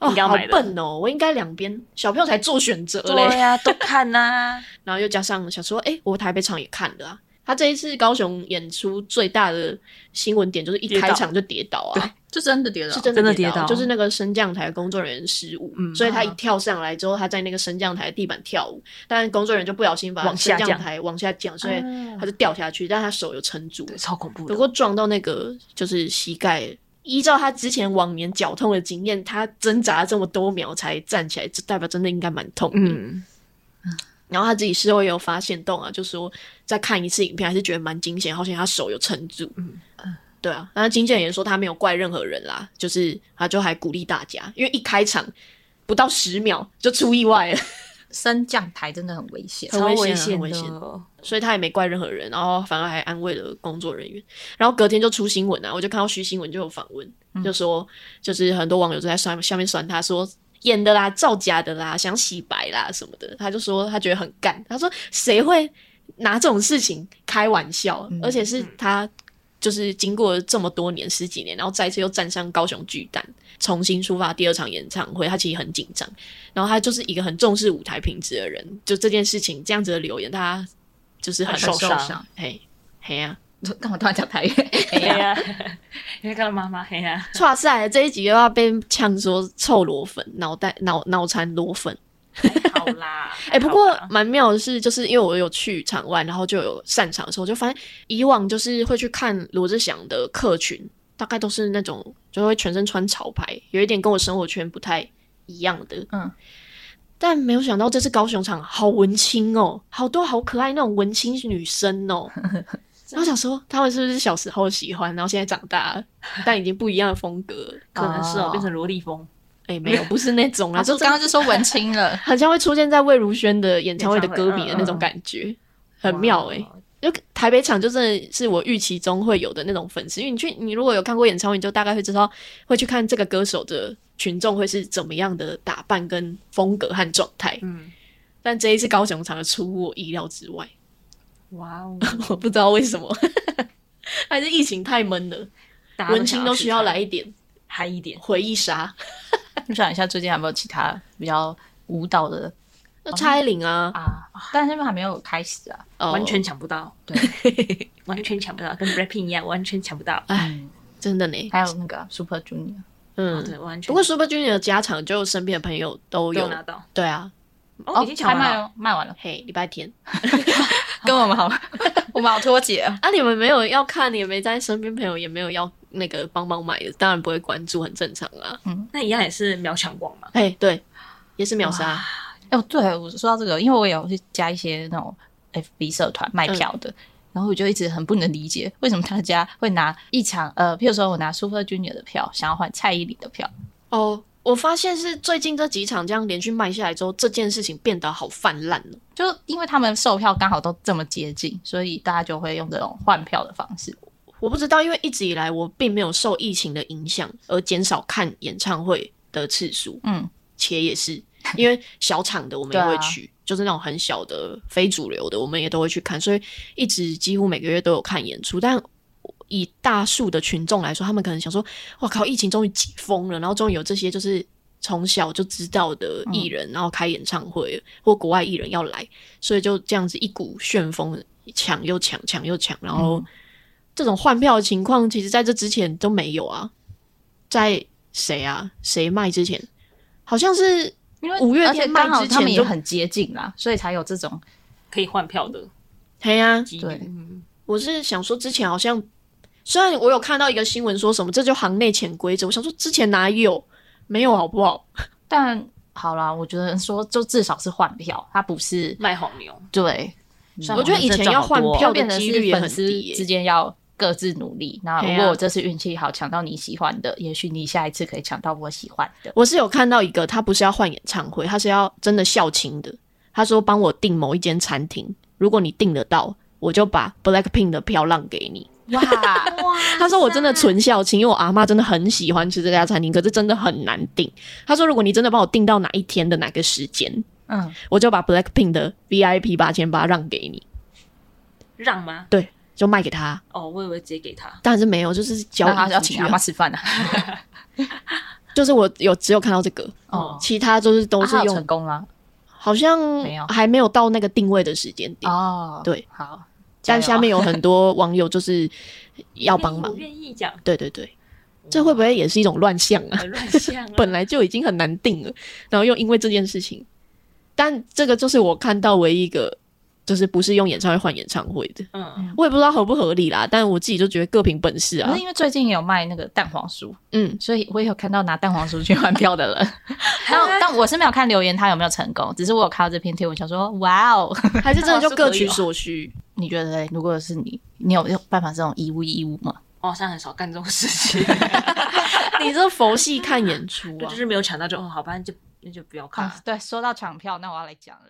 [SPEAKER 2] 哦，
[SPEAKER 3] 应该要
[SPEAKER 2] 好
[SPEAKER 3] 买的
[SPEAKER 2] 笨哦，我应该两边小朋友才做选择嘞。
[SPEAKER 3] 对呀、都看啊呐、
[SPEAKER 2] 啊然后又加上想说，哎、我台北场也看了啊。他这一次高雄演出最大的新闻点就是一
[SPEAKER 3] 跌倒
[SPEAKER 2] 开场就跌倒啊，
[SPEAKER 1] 就真的跌了
[SPEAKER 2] 是
[SPEAKER 1] 哦，
[SPEAKER 2] 真
[SPEAKER 3] 真的
[SPEAKER 2] 跌
[SPEAKER 3] 跌倒
[SPEAKER 2] 就是那个升降台工作人员失误，
[SPEAKER 3] 嗯
[SPEAKER 2] 所以他一跳上来之后，他在那个升降台地板跳舞，但工作人员就不小心把
[SPEAKER 3] 往
[SPEAKER 2] 升
[SPEAKER 3] 下降
[SPEAKER 2] 降台往下降，所以
[SPEAKER 3] 啊
[SPEAKER 2] 他就掉下去，但他手有撑住，
[SPEAKER 3] 对，超恐怖
[SPEAKER 2] 不
[SPEAKER 3] 的。
[SPEAKER 2] 过撞到那个就是膝盖。依照他之前往年绞痛的经验，他挣扎了这么多秒才站起来，这代表真的应该蛮痛的。
[SPEAKER 3] 嗯，
[SPEAKER 2] 然后他自己事后也有发现动啊，就说再看一次影片还是觉得蛮惊险，好险他手有撑住。嗯，对啊，然后经纪人也说他没有怪任何人啦，就是他就还鼓励大家，因为一开场不到十秒就出意外了，
[SPEAKER 1] 哦升降台真的很危险。
[SPEAKER 2] 很
[SPEAKER 3] 超
[SPEAKER 2] 危
[SPEAKER 3] 危
[SPEAKER 2] 险啊很
[SPEAKER 3] 险
[SPEAKER 2] 危险
[SPEAKER 3] 的。
[SPEAKER 2] 所以他也没怪任何人，然后反而还安慰了工作人员。然后隔天就出新闻啊，我就看到徐新闻就有访问，就说就是很多网友都在酸下面酸他说。演的啦，造假的啦，想洗白啦什么的，他就说他觉得很干。他说谁会拿这种事情开玩笑？而且是他就是经过了这么多年十几年，然后再次又站上高雄巨蛋，重新出发第二场演唱会，他其实很紧张。然后他就是一个很重视舞台品质的人，就这件事情这样子的留言，他就是很
[SPEAKER 1] 很
[SPEAKER 3] 受伤
[SPEAKER 1] 伤，
[SPEAKER 2] 嘿，嘿啊 呀、
[SPEAKER 1] 干嘛突然讲台语？
[SPEAKER 3] 黑哎呀、因为看到妈妈黑呀、
[SPEAKER 2] 啊，哇塞，这一集又要被呛说臭螺粉，脑袋脑脑残螺粉。
[SPEAKER 3] 好啦。
[SPEAKER 2] 哎、不过
[SPEAKER 3] 好啦
[SPEAKER 2] 蛮妙的是，就是因为我有去场外，然后就有散场的时候，我就发现以往就是会去看罗志祥的客群，大概都是那种就会全身穿潮牌，有一点跟我生活圈不太一样的。
[SPEAKER 1] 嗯，
[SPEAKER 2] 但没有想到这次高雄场好文青哦，好多好可爱那种文青女 生哦。然后想说，他们是不是小时候喜欢，然后现在长大了，但已经不一样的风格了？
[SPEAKER 3] 可能是哦，
[SPEAKER 1] 哦
[SPEAKER 3] 变成萝莉风，
[SPEAKER 2] 哎、没有，不是那 种
[SPEAKER 1] 他
[SPEAKER 2] 啊，
[SPEAKER 1] 说
[SPEAKER 2] 就
[SPEAKER 1] 刚刚就说文青
[SPEAKER 2] ，
[SPEAKER 1] 了
[SPEAKER 2] 很像会出现在魏如萱的演唱会的
[SPEAKER 3] 演唱会嗯
[SPEAKER 2] 歌迷的那种感觉，很
[SPEAKER 3] 哇哦
[SPEAKER 2] 妙哎、就台北场就真的是我预期中会有的那种粉丝，因为你去你如果有看过演唱会，你就大概会知道会去看这个歌手的群众会是怎么样的打扮、跟风格和状态。
[SPEAKER 3] 嗯，
[SPEAKER 2] 但这一次高雄场的出乎我意料之外，
[SPEAKER 3] 哇哦，
[SPEAKER 2] 我不知道为什么，还是疫情太闷了，
[SPEAKER 3] 大家
[SPEAKER 2] 文青都
[SPEAKER 3] 想
[SPEAKER 2] 需要
[SPEAKER 3] 去
[SPEAKER 2] 来一点
[SPEAKER 3] 嗨一点。
[SPEAKER 2] 回忆杀。
[SPEAKER 1] 你想一下最近还有没有其他比较舞蹈的
[SPEAKER 2] 那蔡依林啊，
[SPEAKER 1] 啊？但那边还没有开始啊。
[SPEAKER 2] 哦
[SPEAKER 3] 完全抢不到，
[SPEAKER 1] 对，
[SPEAKER 3] 完全抢不到，跟 Blackpink 一样，完全抢不到。
[SPEAKER 1] 嗯，
[SPEAKER 2] 真的呢，
[SPEAKER 1] 还有那个 Super Junior，
[SPEAKER 2] 嗯。
[SPEAKER 3] 哦对，完全
[SPEAKER 2] 不过 Super Junior 的加场就身边的朋友都有
[SPEAKER 3] 有，拿到，
[SPEAKER 2] 对啊，
[SPEAKER 3] 哦，已经
[SPEAKER 1] 还
[SPEAKER 3] 抢完
[SPEAKER 1] 卖
[SPEAKER 3] 了。
[SPEAKER 1] 哦卖完 了，
[SPEAKER 2] 嘿，礼拜天
[SPEAKER 1] 跟我们 好，我们好脱节啊。
[SPEAKER 2] 啊，你们没有要看，也没在身边朋友，也没有要那个帮忙买的，当然不会关注，很正常啊。
[SPEAKER 3] 那一样也是秒抢光嘛。
[SPEAKER 2] 嘿，对，也是秒杀，
[SPEAKER 1] 哎、 哦，对，我说到这个，因为我也有去加一些那种 FB 社团卖票的，然后我就一直很不能理解，为什么大家会拿一场呃，譬如说我拿 Super Junior 的票，想要换蔡依林的票，
[SPEAKER 2] 哦。我发现是最近这几场这样连续卖下来之后，这件事情变得好泛滥哦了。
[SPEAKER 1] 就因为他们售票刚好都这么接近，所以大家就会用这种换票的方式。
[SPEAKER 2] 我不知道，因为一直以来我并没有受疫情的影响而减少看演唱会的次数，
[SPEAKER 1] 嗯，
[SPEAKER 2] 且也是因为小场的我们也会去，就是那种很小的非主流的我们也都会去看，所以一直几乎每个月都有看演出。但以大数的群众来说，他们可能想说：“哇靠，疫情终于解封了，然后终于有这些就是从小就知道的艺人，然后开演唱会了或国外艺人要来，所以就这样子一股旋风抢又抢，抢又抢，然后这种换票的情况，其实在这之前都没有啊，在谁啊谁卖之前，好像是
[SPEAKER 1] 因为
[SPEAKER 2] 五月天
[SPEAKER 1] 而且刚好
[SPEAKER 2] 卖之前
[SPEAKER 1] 他们也
[SPEAKER 2] 就
[SPEAKER 1] 很接近啦，所以才有这种
[SPEAKER 3] 可以换票的
[SPEAKER 2] 嘿呀、
[SPEAKER 3] 机
[SPEAKER 1] 对
[SPEAKER 3] 遇，嗯
[SPEAKER 2] 我是想说之前好像，虽然我有看到一个新闻说什么这就行内潜规则，我想说之前哪有没有好不好？
[SPEAKER 1] 但好啦，我觉得说就至少是换票，它不是
[SPEAKER 3] 卖黄牛，
[SPEAKER 1] 对。像
[SPEAKER 2] 我觉得以前要换
[SPEAKER 1] 们这种多
[SPEAKER 2] 票
[SPEAKER 1] 就变
[SPEAKER 2] 的
[SPEAKER 1] 成
[SPEAKER 2] 几率
[SPEAKER 1] 是
[SPEAKER 2] 也很
[SPEAKER 1] 粉丝
[SPEAKER 2] 低耶
[SPEAKER 1] 之间要各自努力。那
[SPEAKER 2] 对啊
[SPEAKER 1] 如果我这次运气好抢到你喜欢的，也许你下一次可以抢到我喜欢的。
[SPEAKER 2] 我是有看到一个，他不是要换演唱会，他是要真的校庆的。他说帮我订某一间餐厅，如果你订得到，我就把 Blackpink 的票让给你。
[SPEAKER 1] 哇，
[SPEAKER 2] 他说我真的纯孝亲，因为我阿妈真的很喜欢吃这家餐厅，可是真的很难订。他说如果你真的帮我订到哪一天的哪个时 间，
[SPEAKER 1] 嗯，
[SPEAKER 2] 我就把 Blackpink 的 VIP 八千八让给你，
[SPEAKER 3] 让吗？
[SPEAKER 2] 就卖给他。
[SPEAKER 3] 哦，我以为直接给他。
[SPEAKER 2] 当然是没有，就是交
[SPEAKER 1] 然后
[SPEAKER 2] 易
[SPEAKER 1] 要
[SPEAKER 2] 出
[SPEAKER 1] 请
[SPEAKER 2] 去
[SPEAKER 1] 阿
[SPEAKER 2] 啊
[SPEAKER 1] 妈，吃饭啊。
[SPEAKER 2] 就是我有只有看到这个，
[SPEAKER 1] 哦，
[SPEAKER 2] 其他就是都
[SPEAKER 1] 啊
[SPEAKER 2] 是
[SPEAKER 1] 他有
[SPEAKER 2] 用
[SPEAKER 1] 成，功了
[SPEAKER 2] 好像
[SPEAKER 1] 没有
[SPEAKER 2] 还没有到那个定位的时间点。
[SPEAKER 1] 哦，
[SPEAKER 2] 对，
[SPEAKER 1] 好，加油
[SPEAKER 2] 但
[SPEAKER 1] 啊
[SPEAKER 2] 下面有很多网友就是要帮忙
[SPEAKER 3] 我，愿意 讲，
[SPEAKER 2] 对对对，这会不会也是一种乱象啊？
[SPEAKER 3] 很乱象啊？
[SPEAKER 2] 本来就已经很难定了，然后又因为这件事情，但这个就是我看到唯一一个，就是不是用演唱会换演唱会的，
[SPEAKER 3] 嗯，
[SPEAKER 2] 我也不知道合不合理啦，但我自己就觉得各凭本事
[SPEAKER 1] 可
[SPEAKER 2] 啊
[SPEAKER 1] 是，因为最近有卖那个蛋黄酥，
[SPEAKER 2] 嗯，
[SPEAKER 1] 所以我也有看到拿蛋黄酥去换票的 人。
[SPEAKER 2] 啊
[SPEAKER 1] 但但我是没有看留言他有没有成功，只是我有看到这篇贴文，想说哇哦，
[SPEAKER 2] 还是啊真的就各取
[SPEAKER 3] 好像是可以哦
[SPEAKER 2] 所需。
[SPEAKER 1] 你觉得嘞如果是你，你有有办法这种一物一物吗？
[SPEAKER 3] 我好像哦很少干这种事 情，
[SPEAKER 2] 你这佛系看演出
[SPEAKER 3] 对
[SPEAKER 2] 啊
[SPEAKER 3] 就，是没有抢到就哦，好吧，那就那就不要看。
[SPEAKER 1] 啊啊，对，说到抢票，那我要来讲了。